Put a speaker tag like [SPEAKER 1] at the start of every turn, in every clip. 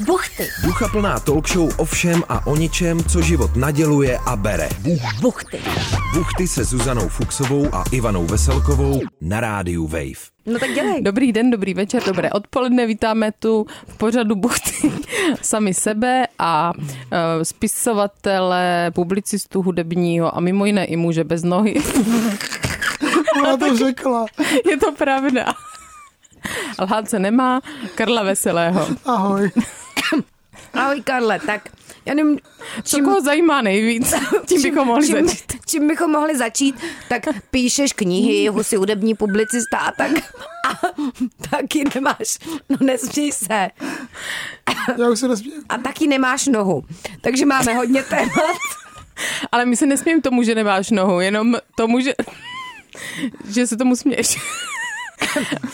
[SPEAKER 1] Buchty.
[SPEAKER 2] Ducha plná talk show o všem a o ničem, co život naděluje a bere.
[SPEAKER 1] Buchty.
[SPEAKER 2] Buchty se Zuzanou Fuxovou a Ivanou Veselkovou na rádiu Wave.
[SPEAKER 1] No tak dělej.
[SPEAKER 3] Dobrý den, dobrý večer, dobré odpoledne. Vítáme tu v pořadu Buchty sami sebe a e, spisovatele, publicistu hudebního a mimo jiné i muže bez nohy.
[SPEAKER 4] Ona to řekla.
[SPEAKER 3] Je to pravda. Lhát se nemá, Karla Veselého.
[SPEAKER 4] Ahoj.
[SPEAKER 1] Ahoj Karle, tak já nevím,
[SPEAKER 3] Co
[SPEAKER 1] čím,
[SPEAKER 3] koho zajímá nejvíc, tím bychom mohli
[SPEAKER 1] čím,
[SPEAKER 3] začít.
[SPEAKER 1] čím bychom mohli začít, tak píšeš knihy, husy hudební publicista a tak a taky nemáš, no nesmí se,
[SPEAKER 4] Já už se nesmím.
[SPEAKER 1] a taky nemáš nohu. Takže máme hodně témat.
[SPEAKER 3] Ale my se nesmím tomu, že nemáš nohu, jenom tomu, že, že se tomu směš.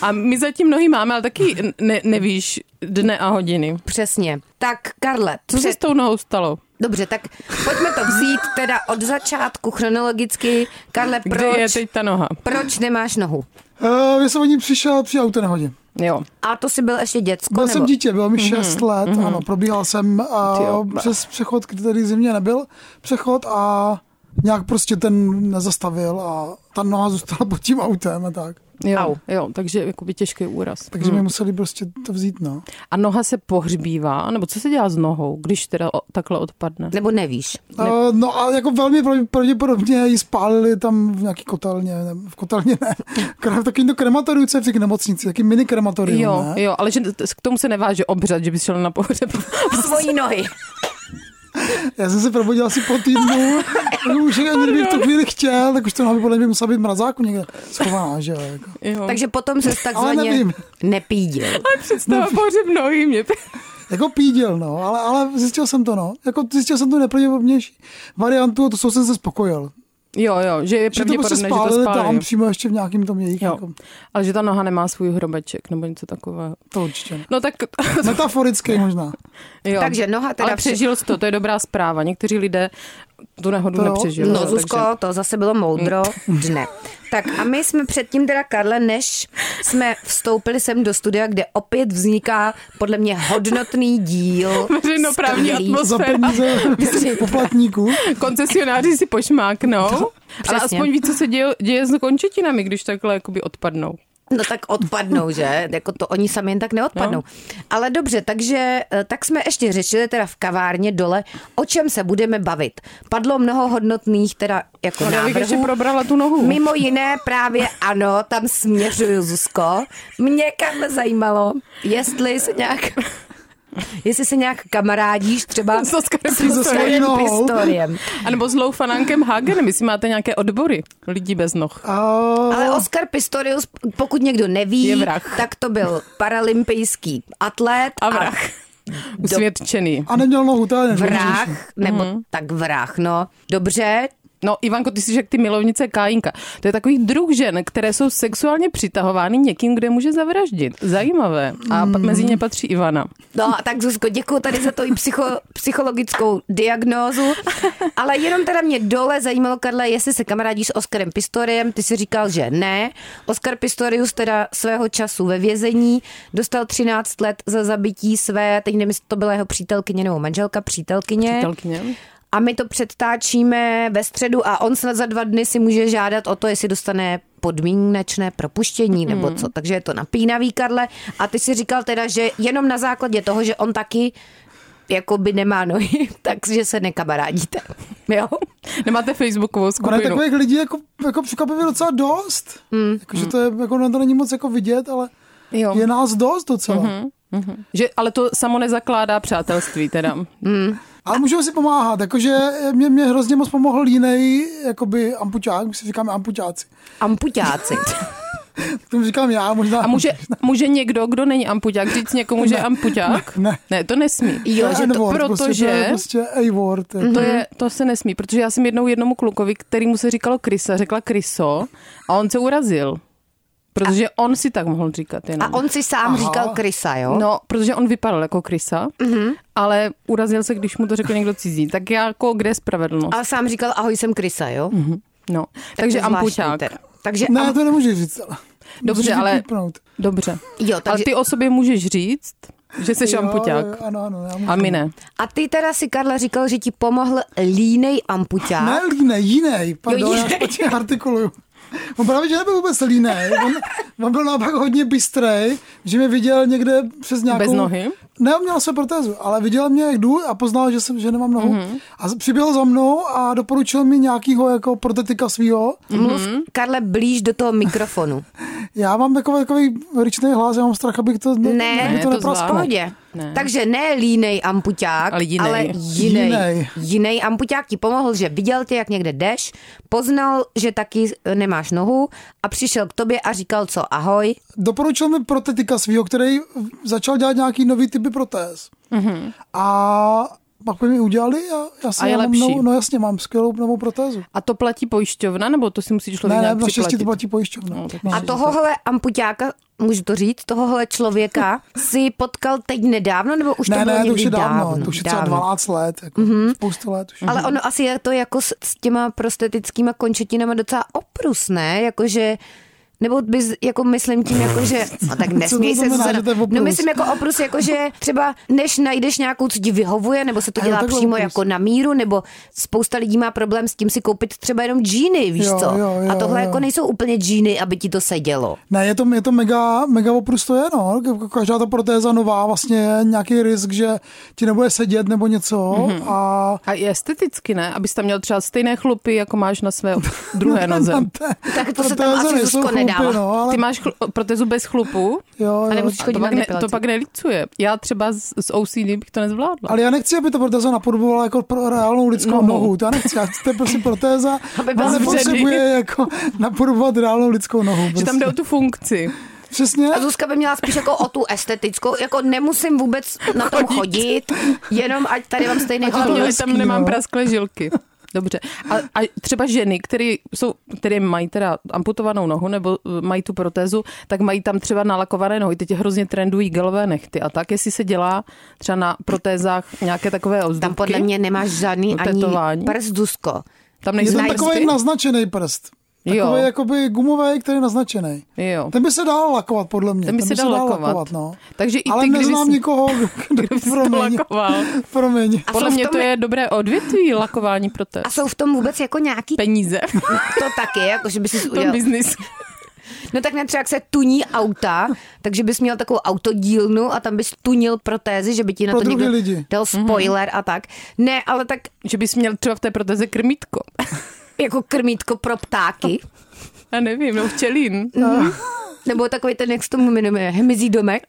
[SPEAKER 3] A my zatím nohy máme, ale taky ne, nevíš dne a hodiny.
[SPEAKER 1] Přesně. Tak Karle,
[SPEAKER 3] Co se s tou nohou stalo?
[SPEAKER 1] dobře, tak pojďme to vzít teda od začátku chronologicky. Karle,
[SPEAKER 3] Kde je
[SPEAKER 1] proč,
[SPEAKER 3] teď ta noha?
[SPEAKER 1] proč nemáš nohu?
[SPEAKER 4] Uh, já jsem o ní přišel při autonehodě.
[SPEAKER 3] Jo.
[SPEAKER 1] A to jsi byl ještě děcko,
[SPEAKER 4] Byl
[SPEAKER 1] nebo?
[SPEAKER 4] jsem dítě, bylo mi 6 let, ano, probíhal jsem
[SPEAKER 3] Tyjo,
[SPEAKER 4] uh,
[SPEAKER 3] ba.
[SPEAKER 4] přes přechod, který zimě nebyl, přechod a nějak prostě ten nezastavil a ta noha zůstala pod tím autem a tak.
[SPEAKER 3] Jo,
[SPEAKER 1] Au.
[SPEAKER 3] jo, takže jakoby těžký úraz.
[SPEAKER 4] Takže mi museli prostě to vzít, no.
[SPEAKER 3] A noha se pohřbívá, nebo co se dělá s nohou, když teda o, takhle odpadne?
[SPEAKER 1] Nebo nevíš?
[SPEAKER 4] Uh, no a jako velmi pravdě- pravděpodobně ji spálili tam v nějaký kotelně, ne, v kotelně ne, v takovým to krematoriu, co je v těch nemocnici, jaký mini krematorium,
[SPEAKER 3] Jo,
[SPEAKER 4] ne?
[SPEAKER 3] jo, ale že t- k tomu se neváže obřad, že bys šel na pohřeb.
[SPEAKER 1] Svojí nohy.
[SPEAKER 4] Já jsem se probudil asi po týdnu, už ani kdybych v tu chvíli chtěl, tak už to hlavně podle mě musela být v mrazáku někde schovaná, že jo. Jako.
[SPEAKER 3] Jo.
[SPEAKER 1] Takže potom se
[SPEAKER 4] Ale
[SPEAKER 1] takzvaně
[SPEAKER 4] nevím.
[SPEAKER 1] nepídil.
[SPEAKER 3] představa pohřeb nohy mě.
[SPEAKER 4] jako píděl, no, ale, ale zjistil jsem to, no. Jako zjistil jsem tu nepravděpodobnější variantu a to jsou jsem se spokojil.
[SPEAKER 3] Jo, jo, že je
[SPEAKER 4] Že to prostě
[SPEAKER 3] pravděpodobné, že to
[SPEAKER 4] spálili tam
[SPEAKER 3] spálí.
[SPEAKER 4] přímo ještě v nějakým tom jejich,
[SPEAKER 3] Jo.
[SPEAKER 4] jako,
[SPEAKER 3] Ale že ta noha nemá svůj hrobeček nebo něco takového.
[SPEAKER 4] to určitě. ne.
[SPEAKER 3] No tak,
[SPEAKER 4] Metaforický možná.
[SPEAKER 3] jo.
[SPEAKER 1] Takže noha teda
[SPEAKER 3] Ale přežil jsi to, to je dobrá zpráva. Někteří lidé tu nehodu
[SPEAKER 4] To jo.
[SPEAKER 3] nepřežili.
[SPEAKER 1] No Zuzko,
[SPEAKER 3] takže-
[SPEAKER 1] to zase bylo moudro. Dne. Tak a my jsme předtím teda, Karle, než jsme vstoupili sem do studia, kde opět vzniká podle mě hodnotný díl.
[SPEAKER 3] Veřejnoprávní
[SPEAKER 1] skvělý.
[SPEAKER 3] atmosféra.
[SPEAKER 4] Za
[SPEAKER 3] Sféra.
[SPEAKER 4] peníze poplatníků.
[SPEAKER 3] Koncesionáři si pošmáknou, ale
[SPEAKER 1] Přesně.
[SPEAKER 3] aspoň ví, co se děje, děje s končetinami, když takhle jakoby odpadnou.
[SPEAKER 1] No tak odpadnou, že? Jako to oni sami jen tak neodpadnou.
[SPEAKER 3] No.
[SPEAKER 1] Ale dobře, takže eh, tak jsme ještě řešili teda v kavárně dole, o čem se budeme bavit. Padlo mnoho hodnotných teda jako
[SPEAKER 3] No, já bych ještě
[SPEAKER 1] návrhů.
[SPEAKER 3] probrala tu nohu.
[SPEAKER 1] Mimo jiné právě ano, tam směřuju Zuzko. Mě kam zajímalo, jestli se nějak... Jestli se nějak kamarádíš třeba
[SPEAKER 3] S Oskarem
[SPEAKER 1] s Oskarem
[SPEAKER 4] Pistorem.
[SPEAKER 1] Pistorem.
[SPEAKER 3] A nebo s Loufanánkem Hagenem, jestli máte nějaké odbory lidí bez noh.
[SPEAKER 4] A,
[SPEAKER 1] Ale Oskar Pistorius, pokud někdo
[SPEAKER 3] Oh. Je
[SPEAKER 1] neví,
[SPEAKER 3] vrah.
[SPEAKER 1] tak to byl paralympijský atlet
[SPEAKER 3] A vrah. Usvědčený.
[SPEAKER 4] a neměl nohu, to je nejdůležitější.
[SPEAKER 1] vrah, nebo
[SPEAKER 3] Mhm.
[SPEAKER 1] tak vrah, no. Dobře,
[SPEAKER 3] No, Ivanko, ty jsi jak ty milovnice Kájinka. To je takový druh žen, které jsou sexuálně přitahovány někým, kde může zavraždit. Zajímavé. A mm. mezi ně patří Ivana.
[SPEAKER 1] No a tak Zuzko, děkuji tady za to i psycho, psychologickou diagnózu. Ale jenom teda mě dole zajímalo, Karle, jestli se kamarádíš s Oskarem Pistoriem. Ty si říkal, že ne. Oskar Pistorius teda svého času ve vězení dostal 13 let za zabití své, teď nevím, jestli to byla jeho přítelkyně nebo manželka, přítelkyně.
[SPEAKER 3] Přítelkyně.
[SPEAKER 1] A my to předtáčíme ve středu a on snad za dva dny si může žádat o to, jestli dostane podmínečné propuštění nebo co. Takže je to napínavý, Karle. A ty si říkal teda, že jenom na základě toho, že on taky jakoby nemá nohy, takže se nekamarádíte. Jo?
[SPEAKER 3] Nemáte facebookovou
[SPEAKER 4] Ono je
[SPEAKER 3] skupinu.
[SPEAKER 4] takových lidí jako, jako překvapivě docela dost.
[SPEAKER 3] Hmm.
[SPEAKER 4] Mm. Jako, že to je, jako na to není moc jako vidět, ale
[SPEAKER 3] Jo.
[SPEAKER 4] jo. je nás dost docela. Mm-hmm.
[SPEAKER 3] Že, ale to samo nezakládá přátelství teda.
[SPEAKER 4] Ale můžeme si pomáhat, jakože mě, mě hrozně moc pomohl jiný jakoby ampuťák, my si říkáme ampuťáci.
[SPEAKER 1] Amputáci.
[SPEAKER 4] K tomu říkám já, možná.
[SPEAKER 3] A může, může někdo, kdo není ampuťák, říct někomu, že je ampuťák?
[SPEAKER 4] Ne.
[SPEAKER 3] ne, to Mhm. nesmí.
[SPEAKER 1] Jo, že to...
[SPEAKER 4] N-word, prostě, to
[SPEAKER 3] protože-
[SPEAKER 4] je prostě A-word. Jako.
[SPEAKER 3] To, je, to se nesmí, protože já jsem jednou jednomu klukovi, kterýmu se říkalo Krysa, řekla Kryso a on se urazil. Protože a... on si tak mohl říkat jenom.
[SPEAKER 1] A on si sám Aha. říkal Krysa, jo?
[SPEAKER 3] No, protože on vypadal jako Krysa,
[SPEAKER 4] Mhm.
[SPEAKER 3] mm-hmm. ale urazil se, když mu to řekl někdo cizí. Tak já jako, kde je spravedlnost? A...
[SPEAKER 1] A sám říkal, ahoj, jsem Krysa, jo? Mm-hmm.
[SPEAKER 3] No, takže ampuťák.
[SPEAKER 1] Takže
[SPEAKER 4] Ne,
[SPEAKER 1] am...
[SPEAKER 4] to nemůžeš říct. ale
[SPEAKER 3] Dobře,
[SPEAKER 4] musíš
[SPEAKER 3] ale-
[SPEAKER 4] vypípnout.
[SPEAKER 3] Dobře.
[SPEAKER 1] Jo,
[SPEAKER 3] Ale
[SPEAKER 1] takže-
[SPEAKER 3] ty o sobě můžeš říct, Že jsi ampuťák.
[SPEAKER 4] Jo, ano, ano, já
[SPEAKER 3] A
[SPEAKER 4] můžu.
[SPEAKER 3] my ne.
[SPEAKER 1] A ty teda si, Karle, říkal, že ti pomohl línej ampuťák.
[SPEAKER 4] Ne, línej, jinej, pardon, já
[SPEAKER 1] jinej.
[SPEAKER 4] špatně artikuluju. On právě, že nebyl vůbec línej, on, on byl naopak hodně bystrej, že mě viděl někde přes nějakou...
[SPEAKER 3] Bez nohy?
[SPEAKER 4] Ne, on měl své protézu, ale viděl mě, jak jdu a poznal, že, jsem, že nemám nohu.
[SPEAKER 3] Mhm.
[SPEAKER 4] Mm-hmm. A z- přiběhl za mnou a doporučil mi nějakýho jako protetika svýho.
[SPEAKER 3] Mhm.
[SPEAKER 1] Mluv, Karle, blíž do toho mikrofonu.
[SPEAKER 4] Já mám takový, takový ryčný hlas, já mám strach, abych to...
[SPEAKER 1] Ne,
[SPEAKER 4] abych
[SPEAKER 1] ne
[SPEAKER 3] to
[SPEAKER 4] neprospal.
[SPEAKER 1] v
[SPEAKER 3] zvládnu.
[SPEAKER 1] pohodě.
[SPEAKER 3] Ne.
[SPEAKER 1] Takže ne línej ampuťák,
[SPEAKER 3] Ale jinej.
[SPEAKER 1] ale jinej.
[SPEAKER 4] Jinej.
[SPEAKER 1] Jinej ampuťák ti pomohl, že viděl tě, jak někde jdeš, poznal, že taky eh, nemáš nohu a přišel k tobě a říkal co, ahoj.
[SPEAKER 4] doporučil mi protetika svýho, který začal dělat nějaký nový typy protéz.
[SPEAKER 1] Mhm.
[SPEAKER 4] Mm-hmm. A pak mi ji udělali a já si
[SPEAKER 3] A je
[SPEAKER 4] já mám
[SPEAKER 3] lepší.
[SPEAKER 4] novou, no jasně, mám skvělou novou protézu.
[SPEAKER 3] A to platí pojišťovna, nebo to si musí člověk
[SPEAKER 4] Ne, ne,
[SPEAKER 3] nějak
[SPEAKER 4] na šesti
[SPEAKER 3] připlatit?
[SPEAKER 4] to platí pojišťovna.
[SPEAKER 3] No,
[SPEAKER 4] No,
[SPEAKER 3] tak
[SPEAKER 1] A tohohle ampuťáka, můžu to říct, tohohle člověka si potkal teď nedávno, nebo už to
[SPEAKER 4] ne,
[SPEAKER 1] bylo
[SPEAKER 4] ne, to už
[SPEAKER 1] někdy
[SPEAKER 4] je dávno,
[SPEAKER 1] dávno? Mhm.
[SPEAKER 4] to už je třeba 12 let, jako mm-hmm. spoustu let už.
[SPEAKER 1] Ale ono asi je to jako s, s těma prostetickýma končetinama docela oprusné, jakože nebo bys, jako myslím tím, jako že, no tak nesměj se,
[SPEAKER 4] znamená,
[SPEAKER 1] Zuzana.
[SPEAKER 4] že to je
[SPEAKER 1] no
[SPEAKER 4] oprus?
[SPEAKER 1] myslím jako oprus, jako že třeba než najdeš nějakou, co ti vyhovuje, nebo se to
[SPEAKER 4] A jo,
[SPEAKER 1] dělá
[SPEAKER 4] takhle
[SPEAKER 1] přímo
[SPEAKER 4] oprus.
[SPEAKER 1] jako na míru, nebo spousta lidí má problém s tím si koupit třeba jenom džíny, víš
[SPEAKER 4] Jo,
[SPEAKER 1] co?
[SPEAKER 4] jo,
[SPEAKER 1] A
[SPEAKER 4] jo,
[SPEAKER 1] tohle
[SPEAKER 4] jo.
[SPEAKER 1] jako nejsou úplně džíny, aby ti to sedělo.
[SPEAKER 4] Ne, je to, je to mega, mega oprus to je, no. Každá ta protéza nová vlastně je nějaký risk, že ti nebude sedět nebo něco mm-hmm.
[SPEAKER 1] Mhm.
[SPEAKER 4] a
[SPEAKER 3] A i esteticky, ne? Abys tam měl třeba stejné chlupy, jako máš na své druhé noze.
[SPEAKER 1] No, Tak to se tam
[SPEAKER 4] protéze
[SPEAKER 1] asi
[SPEAKER 4] nejsou
[SPEAKER 1] Zuzko
[SPEAKER 4] chlupy,
[SPEAKER 1] nedává.
[SPEAKER 4] No, ale
[SPEAKER 3] Ty máš chlu- protezu bez chlupu?
[SPEAKER 4] jo,
[SPEAKER 1] A
[SPEAKER 4] jo,
[SPEAKER 1] nemusíš
[SPEAKER 3] A
[SPEAKER 1] chodit
[SPEAKER 3] to,
[SPEAKER 1] na
[SPEAKER 3] pak ne,
[SPEAKER 1] depilaci.
[SPEAKER 3] to pak nelícuje. Já třeba s, s OCD bych to nezvládla.
[SPEAKER 4] Ale já nechci, aby ta protéza napodobovala jako pro reálnou lidskou nohu.
[SPEAKER 3] Nohu.
[SPEAKER 4] nohu. To já nechci, já to je prostě protéza.
[SPEAKER 1] Aby byla
[SPEAKER 4] Ona nepotřebuje jako napodobovat reálnou lidskou nohu. Prostě.
[SPEAKER 3] Že tam jde o tu funkci.
[SPEAKER 4] Přesně.
[SPEAKER 1] A Zuzka by měla spíš jako o tu estetickou, jako nemusím vůbec na tom chodit, jenom ať tady mám stejný
[SPEAKER 3] Hlavně, ať
[SPEAKER 1] hlavně.
[SPEAKER 3] tam nemám prasklé žilky. Dobře. A, a třeba ženy, které jsou, které mají teda amputovanou nohu nebo eh, mají tu protézu, tak mají tam třeba nalakované nohy. Teď hrozně trendují gelové nechty. A tak, jestli se dělá třeba na protézách nějaké takové ozdobky.
[SPEAKER 1] Tam podle mě nemáš žádný ani
[SPEAKER 3] No, Tetování.
[SPEAKER 1] prst, Zuzko.
[SPEAKER 3] tam
[SPEAKER 4] Je
[SPEAKER 3] nejsou
[SPEAKER 4] to
[SPEAKER 1] Znají
[SPEAKER 4] takový
[SPEAKER 3] prsty?
[SPEAKER 4] naznačený prst. Takový
[SPEAKER 3] Jo.
[SPEAKER 4] jakoby gumový, který je naznačený.
[SPEAKER 3] Jo.
[SPEAKER 4] Ten by se dal lakovat, podle mě.
[SPEAKER 3] Ten by se dal lakovat.
[SPEAKER 4] no.
[SPEAKER 3] Takže i
[SPEAKER 4] Ale
[SPEAKER 3] ty, kdyby
[SPEAKER 4] neznám
[SPEAKER 3] jsi-
[SPEAKER 4] nikoho, kdo
[SPEAKER 3] Kdyby jsi to
[SPEAKER 4] promiň,
[SPEAKER 3] lakoval.
[SPEAKER 4] promiň.
[SPEAKER 1] A
[SPEAKER 3] Podle
[SPEAKER 1] jsou v
[SPEAKER 3] mě
[SPEAKER 1] tom-
[SPEAKER 3] to je dobré odvětví, lakování protéz.
[SPEAKER 1] A jsou v tom vůbec jako nějaký
[SPEAKER 3] Peníze
[SPEAKER 1] to taky, jako že by si
[SPEAKER 3] v tom
[SPEAKER 1] udělal.
[SPEAKER 3] biznisu.
[SPEAKER 1] No tak ne, třeba jak se tuní auta, takže bys měl takovou autodílnu a tam bys tunil protézy, že by ti na
[SPEAKER 4] Pro
[SPEAKER 1] to
[SPEAKER 4] druhý
[SPEAKER 1] někdo
[SPEAKER 4] lidi.
[SPEAKER 1] dal
[SPEAKER 3] Mhm.
[SPEAKER 1] spoiler a tak. Ne, ale tak
[SPEAKER 3] Že bys měl třeba v té protéze krmítko.
[SPEAKER 1] jako krmítko pro ptáky.
[SPEAKER 3] Já nevím, no včelín.
[SPEAKER 1] Nebo takový ten, jak se tomu jmenuje, hemizí domek.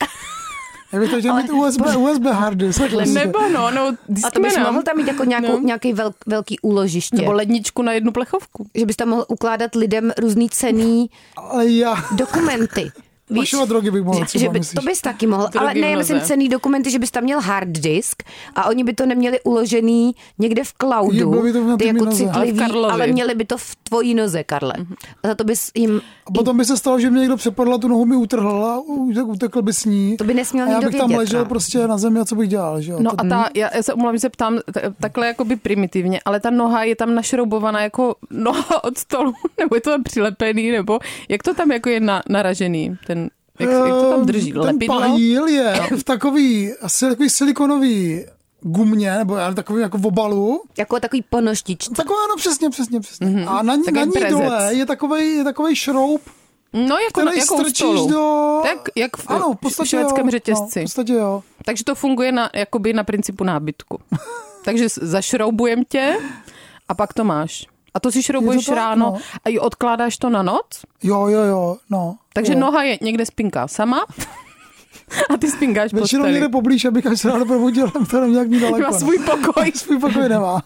[SPEAKER 4] Já bych to chtěl mít USB, USB hard disk. prostě.
[SPEAKER 3] Nebo no, no,
[SPEAKER 1] A to bys
[SPEAKER 3] diskmena.
[SPEAKER 1] mohl tam mít jako nějakou,
[SPEAKER 3] No.
[SPEAKER 1] nějaký velk, velký úložiště.
[SPEAKER 3] Nebo ledničku na jednu plechovku.
[SPEAKER 1] že bys tam mohl ukládat lidem různý cený
[SPEAKER 4] Ale já...
[SPEAKER 1] dokumenty. Víš,
[SPEAKER 4] Pašovat drogy bych mohl
[SPEAKER 1] že,
[SPEAKER 4] třeba,
[SPEAKER 1] že by, to
[SPEAKER 4] myslíš?
[SPEAKER 1] bys taky mohl,
[SPEAKER 3] Drogy
[SPEAKER 1] ale
[SPEAKER 3] v
[SPEAKER 1] ne, já
[SPEAKER 3] noze.
[SPEAKER 1] myslím cený dokumenty, že bys tam měl hard disk a oni by to neměli uložený někde v
[SPEAKER 4] Je,
[SPEAKER 1] cloudu,
[SPEAKER 4] bylo by to na
[SPEAKER 1] ty
[SPEAKER 4] té mý
[SPEAKER 1] jako
[SPEAKER 4] noze. Ale v
[SPEAKER 1] citlivý, ale,
[SPEAKER 3] Karlově.
[SPEAKER 1] ale měli by to v tvojí noze, Karle.
[SPEAKER 3] Mhm.
[SPEAKER 1] A za to bys jim,
[SPEAKER 4] A potom by se stalo, že mě někdo přepadl a tu nohu mi utrhl a u- utekl by s ní.
[SPEAKER 1] To by nesměl
[SPEAKER 4] a já
[SPEAKER 1] nikdo
[SPEAKER 4] bych tam
[SPEAKER 1] vědět,
[SPEAKER 4] ležel
[SPEAKER 1] no.
[SPEAKER 4] prostě na zemi a co bych dělal, že jo?
[SPEAKER 3] No
[SPEAKER 4] To-
[SPEAKER 3] a ta, já, já se umlám, že se ptám t- takhle jakoby primitivně, ale ta noha je tam našroubovaná jako noha od stolu, nebo je to tam přilepený, nebo jak to tam jako je na, naražený, ten, jak, jak to tam drží,
[SPEAKER 4] Ehm,
[SPEAKER 3] lepidlo?
[SPEAKER 4] Ten pahýl je v takový, asi takový silikonový gumě, nebo já nevím, takový jako v obalu.
[SPEAKER 1] jako takový ponoštič.
[SPEAKER 4] Taková, no přesně, přesně, přesně. Mm-hmm. A na ní,
[SPEAKER 3] Takový
[SPEAKER 4] na ní
[SPEAKER 3] Mhm. prezec.
[SPEAKER 4] dole je takový, je takový šroub,
[SPEAKER 3] No jako, na,
[SPEAKER 4] který
[SPEAKER 3] jako u
[SPEAKER 4] strčíš
[SPEAKER 3] stolu.
[SPEAKER 4] do...
[SPEAKER 3] Tak, jak v,
[SPEAKER 4] ano, v
[SPEAKER 3] v
[SPEAKER 4] podstatě
[SPEAKER 3] švédském
[SPEAKER 4] jo,
[SPEAKER 3] řetězci.
[SPEAKER 4] No, v podstatě jo.
[SPEAKER 3] Takže to funguje na, jakoby na principu nábytku. Takže s- zašroubujem tě a pak to máš. A to si šroubuješ
[SPEAKER 4] tak,
[SPEAKER 3] ráno
[SPEAKER 4] no.
[SPEAKER 3] a i odkládáš to na noc.
[SPEAKER 4] Jo, jo, jo, no.
[SPEAKER 3] Takže
[SPEAKER 4] jo.
[SPEAKER 3] noha je někde spinká sama a ty spinkáš po
[SPEAKER 4] Většinou někde
[SPEAKER 3] steli.
[SPEAKER 4] poblíž, abych až se ráno probudil, tam to není nějak ní daleko.
[SPEAKER 3] Má
[SPEAKER 4] no.
[SPEAKER 3] svůj pokoj.
[SPEAKER 4] svůj pokoj nemá.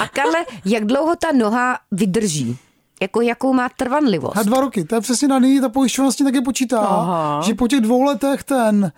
[SPEAKER 1] A Karle, jak dlouho ta noha vydrží? Jako jakou má trvanlivost?
[SPEAKER 4] Na dva roky, to je přesně daný, ta pojišťovna s tím taky počítá,
[SPEAKER 3] Aha.
[SPEAKER 4] že po těch dvou letech ten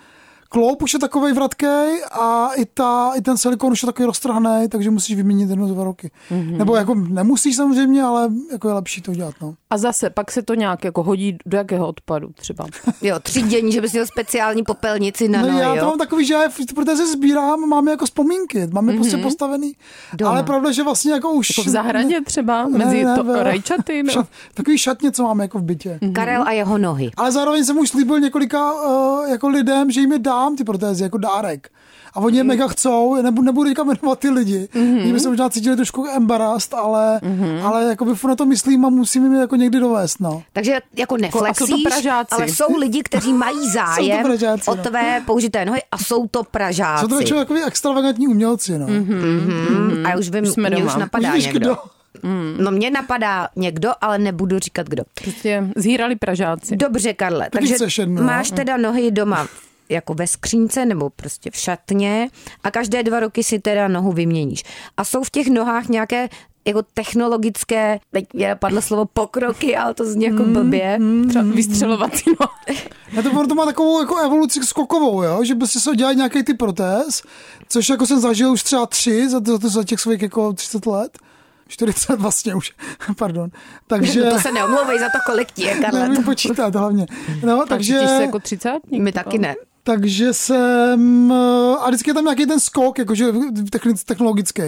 [SPEAKER 4] Kloup už je takovej vratkej a i, ta, i ten silikon už je takový roztrhaný, takže musíš vyměnit jedno dva roky.
[SPEAKER 3] Mhm.
[SPEAKER 4] Mm-hmm. Nebo jako nemusíš samozřejmě, ale jako je lepší to udělat. No.
[SPEAKER 3] A zase pak se to nějak jako hodí do jakého odpadu třeba.
[SPEAKER 1] Jo, třídění, že bys měl speciální popelnici na
[SPEAKER 4] No,
[SPEAKER 1] nohy,
[SPEAKER 4] já to
[SPEAKER 1] jo.
[SPEAKER 4] mám takový, že já je v protéze sbírám, mám je jako vzpomínky, mám je mm-hmm. prostě postavený. Doma. Ale je pravda, že vlastně jako už...
[SPEAKER 3] Mhm. Jako v zahradě třeba, mezi to,
[SPEAKER 4] ve-
[SPEAKER 3] rajčaty. Mhm. No.
[SPEAKER 4] šat- Takový šatně, co mám jako v bytě.
[SPEAKER 1] Karel a jeho nohy.
[SPEAKER 4] Ale zároveň jsem už slíbil několika uh, jako lidem, že jim je dám ty protézy jako dárek. A oni
[SPEAKER 3] Mhm.
[SPEAKER 4] je mega chcou, nebudu, nebudu teďka jmenovat ty lidi. Mm-hmm. by se možná cítili trošku embarrassed, ale,
[SPEAKER 3] Mhm.
[SPEAKER 4] mm-hmm. ale jako by na to myslím a musím jim je jako někdy dovést, no.
[SPEAKER 1] Takže jako
[SPEAKER 3] a jsou to
[SPEAKER 1] neflexíš,
[SPEAKER 3] Pražáci.
[SPEAKER 1] ale jsou lidi, kteří mají zájem
[SPEAKER 4] Pražáci,
[SPEAKER 1] o
[SPEAKER 4] no.
[SPEAKER 1] tvé použité nohy a jsou to Pražáci.
[SPEAKER 4] Jsou to většinou takový extravagantní umělci, no.
[SPEAKER 3] Mhm.
[SPEAKER 4] Mm-hmm.
[SPEAKER 1] Mm, a já už vím,
[SPEAKER 3] jsme
[SPEAKER 1] mě už
[SPEAKER 3] doma.
[SPEAKER 1] napadá
[SPEAKER 4] Víš,
[SPEAKER 1] někdo.
[SPEAKER 4] kdo?
[SPEAKER 1] No mě napadá někdo, ale nebudu říkat kdo.
[SPEAKER 3] Prostě zhýrali pražáci.
[SPEAKER 1] Dobře, Karle,
[SPEAKER 4] Taky
[SPEAKER 1] takže
[SPEAKER 4] chceš jednu, no.
[SPEAKER 1] máš teda nohy doma jako ve skřínce nebo prostě v šatně a každé dva roky si teda nohu vyměníš. A jsou v těch nohách nějaké jako technologické, teď mě napadlo slovo pokroky, ale to zní jako blbě.
[SPEAKER 3] Třeba
[SPEAKER 4] Mm.
[SPEAKER 3] vystřelovací no.
[SPEAKER 4] Já to, ono to má takovou jako evoluci skokovou, jo? že prostě se dělají nějaký ty protéz, což jako jsem zažil už třeba tři za, za, za těch svých jako 30 let. 40 vlastně už, pardon. Takže...
[SPEAKER 1] No To se neomlouvej za to, kolik ti je, Karle.
[SPEAKER 4] Nevím počítat hlavně. No,
[SPEAKER 3] Takže...
[SPEAKER 4] takže,
[SPEAKER 3] se jako třicátník.
[SPEAKER 1] My taky ne.
[SPEAKER 4] takže jsem... eh, A vždycky je tam nějaký ten skok, jakože techni- technologický.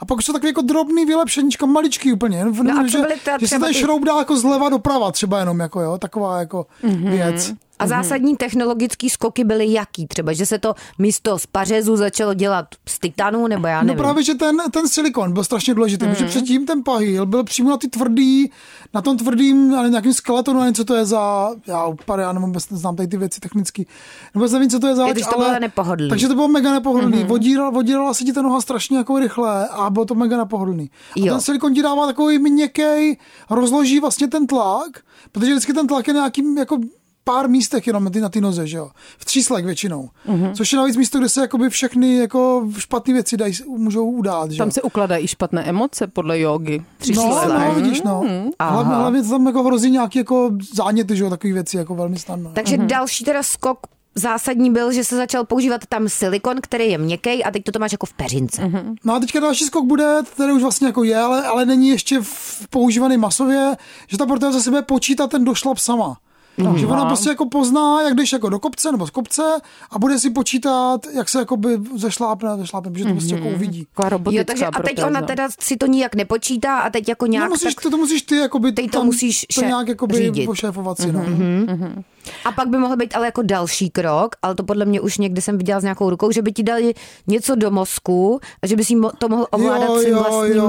[SPEAKER 4] A pak už jsou takový jako drobný vylepšeníčka, maličký úplně.
[SPEAKER 1] No a co
[SPEAKER 4] že,
[SPEAKER 1] byly ta
[SPEAKER 4] že se
[SPEAKER 1] třeba
[SPEAKER 4] ten
[SPEAKER 1] ty-
[SPEAKER 4] šroub dá jako zleva doprava třeba jenom, jako jo, taková jako
[SPEAKER 1] Mhm.
[SPEAKER 4] mm-hmm. věc.
[SPEAKER 1] A zásadní technologické skoky byly jaký? Třeba, že se to místo z pařezu začalo dělat z titanu, nebo já
[SPEAKER 4] No
[SPEAKER 1] nevím. Mhm.
[SPEAKER 4] právě, že ten, ten silikon byl strašně důležitý, mm. protože předtím ten pahýl byl přímo na ty tvrdý, na tom tvrdým, ale nějakým skeletonu, ani co to je za, já úplně, já nevím, vůbec neznám tady ty věci technicky, nebo vůbec nevím, co to je za
[SPEAKER 1] Teď už to bylo ale nepohodlný. Mhm.
[SPEAKER 4] Takže to bylo mega nepohodlný, mm. Vodíral, vodírala se ti ta noha strašně jako rychle a bylo to mega nepohodlný. A
[SPEAKER 1] Jo.
[SPEAKER 4] ten silikon ti dává takový měkký, rozloží vlastně ten tlak, protože vždycky ten tlak je na nějakým jako pár místech jenom na ty, na ty noze, že jo? V tříslek většinou.
[SPEAKER 3] Mhm.
[SPEAKER 4] Mm-hmm. Což je navíc místo, kde se jakoby všechny jako špatné věci dají, můžou udát, že jo?
[SPEAKER 3] Tam se ukladají špatné emoce podle jogy. Tři
[SPEAKER 4] No,
[SPEAKER 3] čísla.
[SPEAKER 4] no, vidíš, no.
[SPEAKER 3] Mhm.
[SPEAKER 4] Hlavně, hlavně tam jako hrozí nějaký jako záněty, že jo, takový věci, jako velmi snadno.
[SPEAKER 1] Takže mm-hmm. další teda skok zásadní byl, že se začal používat tam silikon, který je měkký a teď to, to máš jako v peřince. Mm-hmm.
[SPEAKER 4] No a teďka další skok bude, který už vlastně jako je, ale, ale není ještě v používaný masově, že ta protéza za sebe počítá ten došlap sama.
[SPEAKER 1] Mhm.
[SPEAKER 4] Mm-hmm. Že ona prostě jako pozná, jak jdeš jako do kopce nebo z kopce a bude si počítat, jak se jakoby zašlápne, zašlápne, že to prostě
[SPEAKER 1] Mhm.
[SPEAKER 4] jako uvidí.
[SPEAKER 3] Mm. Taková robotická
[SPEAKER 1] Jo, takže a teď
[SPEAKER 3] protéza.
[SPEAKER 1] ona teda si to nijak nepočítá a teď jako nějak...
[SPEAKER 4] No musíš,
[SPEAKER 1] tak,
[SPEAKER 4] to, to musíš ty, jakoby,
[SPEAKER 1] Ty to
[SPEAKER 4] tam
[SPEAKER 1] musíš
[SPEAKER 4] to
[SPEAKER 1] šé-
[SPEAKER 4] nějak jakoby
[SPEAKER 1] řídit. Mhm.
[SPEAKER 4] pošéfovat si. No. Mm-hmm.
[SPEAKER 1] a pak by mohl být ale jako další krok, ale to podle mě už někdy jsem viděla s nějakou rukou, že by ti dali něco do mozku a že by si mo- to mohl ovládat svým vlastním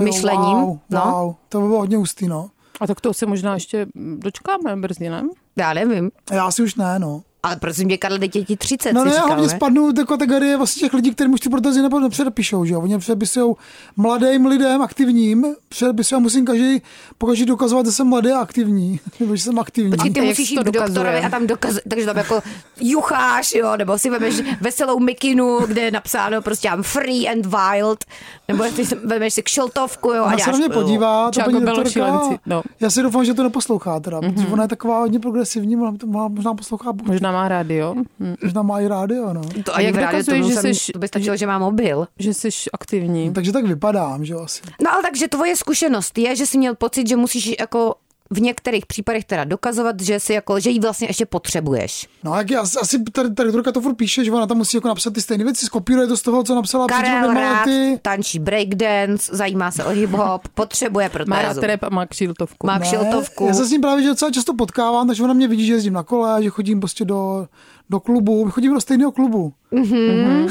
[SPEAKER 1] myšlením.
[SPEAKER 4] Wow,
[SPEAKER 1] no,
[SPEAKER 4] wow, to by bylo hodně ústý, no.
[SPEAKER 3] A tak to se možná ještě mm, dočkáme brzy, ne?
[SPEAKER 1] já nevím.
[SPEAKER 4] Já si už ne, no.
[SPEAKER 1] Ale prosím tě, Karle, teď je ti 30,
[SPEAKER 4] No
[SPEAKER 1] si
[SPEAKER 4] ne,
[SPEAKER 1] říkal,
[SPEAKER 4] hlavně
[SPEAKER 1] ne?
[SPEAKER 4] spadnou do kategorie vlastně těch lidí, kterým už ty protezy nebo nepředepíšou, že jo? Oni předepisují mladým lidem, aktivním, předepisují a musím každý, po každý dokazovat, že jsem mladý a aktivní, nebo že jsem aktivní.
[SPEAKER 1] Počkej, ty
[SPEAKER 3] Jak
[SPEAKER 1] musíš
[SPEAKER 3] se
[SPEAKER 1] jít
[SPEAKER 3] to
[SPEAKER 1] k doktorovi
[SPEAKER 3] dokazuje?
[SPEAKER 1] a tam dokazuje, takže tam jako jucháš, jo, nebo si vemeš veselou mikinu, kde je napsáno prostě tam free and wild, nebo ty si- vemeš si kšeltovku, jo, jako a
[SPEAKER 4] Ona se na
[SPEAKER 1] děláš,
[SPEAKER 4] mě podívá, ta
[SPEAKER 3] Čago
[SPEAKER 4] paní
[SPEAKER 3] bylo
[SPEAKER 4] doktorka,
[SPEAKER 3] šílenci, no.
[SPEAKER 4] já si doufám, že to neposlouchá teda,
[SPEAKER 1] Mhm.
[SPEAKER 4] protože ona je taková hodně progresivní, mohla, to- mohla- možná poslouchá, Bůh,
[SPEAKER 3] Možná má rádio.
[SPEAKER 1] Mhm.
[SPEAKER 3] Hm.
[SPEAKER 4] možná má i rádio, no.
[SPEAKER 1] to
[SPEAKER 3] A
[SPEAKER 1] ani
[SPEAKER 3] jak
[SPEAKER 1] v rádiu, to,
[SPEAKER 3] dokazuješ, že
[SPEAKER 1] že jsem,
[SPEAKER 3] seš-
[SPEAKER 1] to by stačilo, že má mobil.
[SPEAKER 3] Že jsi aktivní.
[SPEAKER 4] Takže tak vypadám, že jo, asi.
[SPEAKER 1] No ale takže tvoje zkušenost je, že jsi měl pocit, že musíš jako v některých případech teda dokazovat, že, si jako, že jí vlastně ještě potřebuješ.
[SPEAKER 4] No, jak je, asi, asi tady, tady Durka to furt píše, že ona tam musí jako napsat ty stejné věci, skopíruje to z toho, co napsala před
[SPEAKER 1] Karel
[SPEAKER 4] dvěma
[SPEAKER 1] rád
[SPEAKER 4] lety.
[SPEAKER 1] tančí breakdance, zajímá se o hip-hop, potřebuje
[SPEAKER 3] Má rád
[SPEAKER 1] protézu.
[SPEAKER 3] rap a má No. kšiltovku.
[SPEAKER 1] Má
[SPEAKER 4] Ne,
[SPEAKER 1] kšiltovku.
[SPEAKER 4] Já se s ním právě že docela často potkávám, takže ona mě vidí, že jezdím na kole, že chodím prostě do, do klubu. My chodíme do stejného klubu. Mm-hmm.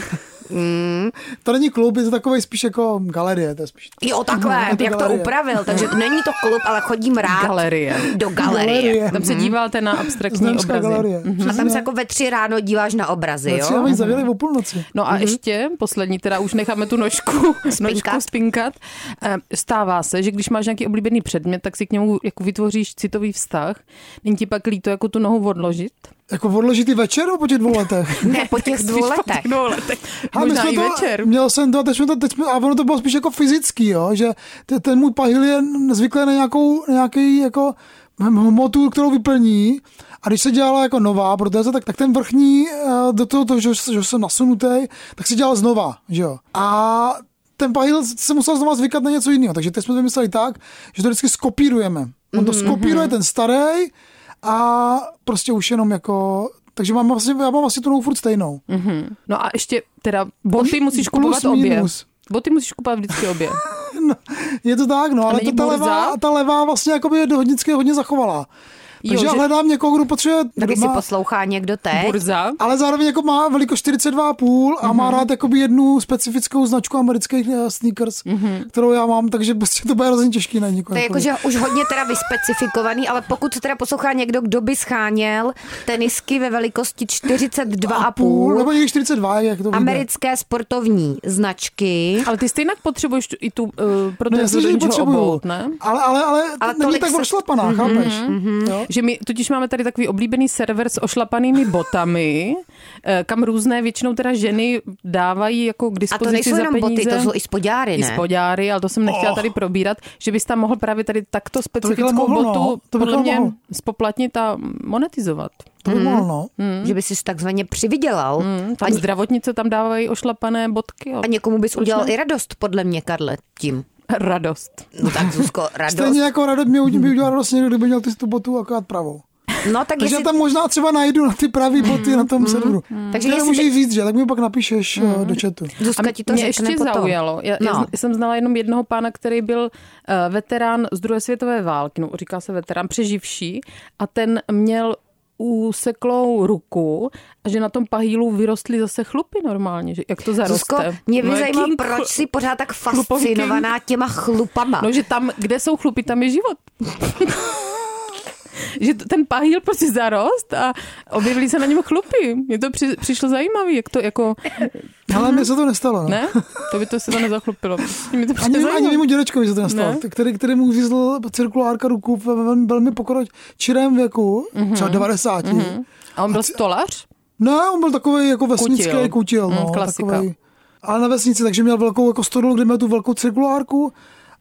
[SPEAKER 4] to není klub, je to takový spíš jako galerie. To je spíš
[SPEAKER 1] Jo, takhle,
[SPEAKER 4] Je to
[SPEAKER 1] jak to
[SPEAKER 4] galerie.
[SPEAKER 1] upravil, takže není to klub, ale chodím rád
[SPEAKER 3] Galerie.
[SPEAKER 1] do galerie.
[SPEAKER 3] Tam se díváte na abstraktní
[SPEAKER 4] Známská
[SPEAKER 3] obrazy.
[SPEAKER 4] Mhm. galerie.
[SPEAKER 1] A tam se jako ve tři ráno díváš na obrazy,
[SPEAKER 4] Tři
[SPEAKER 1] jo?
[SPEAKER 4] mají zavěli o půlnoci.
[SPEAKER 3] No a ještě poslední, teda už necháme tu nožku spinkat. Nožku spinkat. Ehm, Stává se, že když máš nějaký oblíbený předmět, tak si k němu jako vytvoříš citový vztah. Není ti pak líto jako tu nohu odložit?
[SPEAKER 4] Jako odložitý večer po těch dvou letech.
[SPEAKER 1] Ne, po těch dvou letech.
[SPEAKER 3] Dvou letech.
[SPEAKER 4] A my
[SPEAKER 3] Možná
[SPEAKER 4] jsme
[SPEAKER 3] i
[SPEAKER 4] to,
[SPEAKER 3] večer.
[SPEAKER 4] Měl jsem to, a teď jsme to, teď jsme, a ono to bylo spíš jako fyzický, jo, že te- ten můj pahil je zvyklý na nějakou, na nějaký jako hmotu, kterou hm- vyplní A když se dělala jako nová protéza, tak, tak ten vrchní eh, do toho, toho že, že jsem nasunutý, tak se dělal znova, že jo. A ten pahil se musel znova zvykat na něco jiného. Takže teď jsme to vymysleli tak, že to vždycky skopírujeme. On to
[SPEAKER 3] Mhm,
[SPEAKER 4] mm-hmm. skopíruje ten starý a prostě už jenom jako... Takže mám vlastně, já mám vlastně tu novou furt stejnou.
[SPEAKER 3] No a ještě teda boty musíš
[SPEAKER 4] plus
[SPEAKER 3] kupovat obě.
[SPEAKER 4] minus.
[SPEAKER 3] Boty musíš kupovat vždycky obě.
[SPEAKER 4] No, je to tak, no, ale
[SPEAKER 3] není
[SPEAKER 4] to, ta,
[SPEAKER 3] burza?
[SPEAKER 4] levá, ta levá vlastně jako by je do hodnické hodně zachovala. Takže
[SPEAKER 3] Jo,
[SPEAKER 4] jo, já
[SPEAKER 3] že-
[SPEAKER 4] hledám někoho, kdo potřebuje...
[SPEAKER 1] Taky
[SPEAKER 4] kdo
[SPEAKER 1] si
[SPEAKER 4] má-
[SPEAKER 1] poslouchá někdo teď.
[SPEAKER 3] Burza.
[SPEAKER 4] ale zároveň jako má velikost 42,5 a má rád jakoby jednu specifickou značku amerických eh, sneakers, kterou já mám, takže prostě to bude hrozně těžký na někoho.
[SPEAKER 1] To je jako,
[SPEAKER 4] jakoby.
[SPEAKER 1] jakože už hodně teda vyspecifikovaný, ale pokud teda poslouchá někdo, kdo by scháněl tenisky ve velikosti
[SPEAKER 4] A půl, nebo
[SPEAKER 1] 42,5
[SPEAKER 4] někdy 42, jak to vyjde.
[SPEAKER 1] americké sportovní značky,
[SPEAKER 3] Ale ty stejně potřebuješ tu- i tu uh,
[SPEAKER 4] No
[SPEAKER 3] protézu
[SPEAKER 4] jasně, že
[SPEAKER 3] do
[SPEAKER 4] ji
[SPEAKER 3] něčeho
[SPEAKER 4] potřebuju.
[SPEAKER 3] obout, ne?
[SPEAKER 4] Ale, ale, ale,
[SPEAKER 1] Ale
[SPEAKER 4] ale není
[SPEAKER 1] tolik
[SPEAKER 4] tak
[SPEAKER 1] se-
[SPEAKER 4] ošlapaná, chápeš? Jo?
[SPEAKER 3] Že my totiž máme tady takový oblíbený server s ošlapanými botami, eh, kam různé většinou teda ženy dávají jako
[SPEAKER 1] a
[SPEAKER 3] k
[SPEAKER 1] to
[SPEAKER 3] dispozici
[SPEAKER 1] nejsou
[SPEAKER 3] za
[SPEAKER 1] jenom
[SPEAKER 3] peníze.
[SPEAKER 1] boty, to jsou i spodáry,
[SPEAKER 3] i
[SPEAKER 1] ne?
[SPEAKER 3] spodáry, ale to jsem nechtěla
[SPEAKER 4] Oh.
[SPEAKER 3] tady probírat, že bys tam mohl právě tady takto specifickou
[SPEAKER 4] mohl, no.
[SPEAKER 3] botu
[SPEAKER 4] To bych
[SPEAKER 3] podle
[SPEAKER 4] ale
[SPEAKER 3] mě
[SPEAKER 4] mohl.
[SPEAKER 3] spoplatnit a monetizovat.
[SPEAKER 4] To by mohlo, no.
[SPEAKER 3] Mm.
[SPEAKER 1] Že by si takzvaně přivydělal
[SPEAKER 3] Tam zdravotnice tam dávají ošlapané bodky. Jo.
[SPEAKER 1] Hmm, a někomu bys udělal i radost, podle mě, Karle, tím.
[SPEAKER 3] Radost.
[SPEAKER 1] No tak, Zuzko, radost.
[SPEAKER 4] Stejně jako Radek mě by udělal vlastně někdo, kdyby měl ty tu botu akorát pravou.
[SPEAKER 1] No tak
[SPEAKER 4] Takže
[SPEAKER 1] jestli
[SPEAKER 4] já tam možná třeba najdu na ty pravý boty na
[SPEAKER 3] Mm-hmm.
[SPEAKER 4] tom serveru.
[SPEAKER 1] Takže
[SPEAKER 4] Takže já
[SPEAKER 1] jestli
[SPEAKER 4] můžu
[SPEAKER 1] ty-
[SPEAKER 4] říct, že? Tak mi pak napíšeš eh, do chatu.
[SPEAKER 1] Zuzka ti to
[SPEAKER 3] mě
[SPEAKER 1] řekne
[SPEAKER 3] ještě
[SPEAKER 1] potom.
[SPEAKER 3] zaujalo. Já, no. já
[SPEAKER 1] No.
[SPEAKER 3] zn- jsem znala jenom jednoho pána, který byl eh, veterán z druhé světové války, no, říká se veterán, přeživší, a ten měl useklou ruku a že na tom pahýlu vyrostly zase chlupy normálně, že jak to zaroste.
[SPEAKER 1] Zuzko, mě by
[SPEAKER 3] No,
[SPEAKER 1] zajímalo,
[SPEAKER 3] jaký
[SPEAKER 1] proč
[SPEAKER 3] chlu-
[SPEAKER 1] jsi pořád tak
[SPEAKER 3] Chlupový king.
[SPEAKER 1] fascinovaná těma chlupama.
[SPEAKER 3] No, že tam, kde jsou chlupy, tam je život. že t- ten pahýl prostě zarost a objevily se na něm chlupy. Mně to při, přišlo zajímavé, jak to jako,
[SPEAKER 4] Ale mně se to nestalo. No.
[SPEAKER 3] ne? To by to se to nezachlupilo. Mě to přišlo
[SPEAKER 4] Ani, ani
[SPEAKER 3] zajímavé.
[SPEAKER 4] mému dědečkovi se to nestalo,
[SPEAKER 3] Ne?
[SPEAKER 4] ne? který, který mu uvízl cirkulárka ruku ve velmi, velmi pokročilém věku,
[SPEAKER 3] Mhm.
[SPEAKER 4] mm-hmm. třeba 90. Mm-hmm.
[SPEAKER 3] A on byl stolař?
[SPEAKER 4] Ne, on byl takový jako vesnický
[SPEAKER 3] Mhm. Kutil.
[SPEAKER 4] kutil, no,
[SPEAKER 3] Mm, klasika.
[SPEAKER 4] Takovej, ale na vesnici, takže měl velkou jako stodolu, kde měl tu velkou cirkulárku.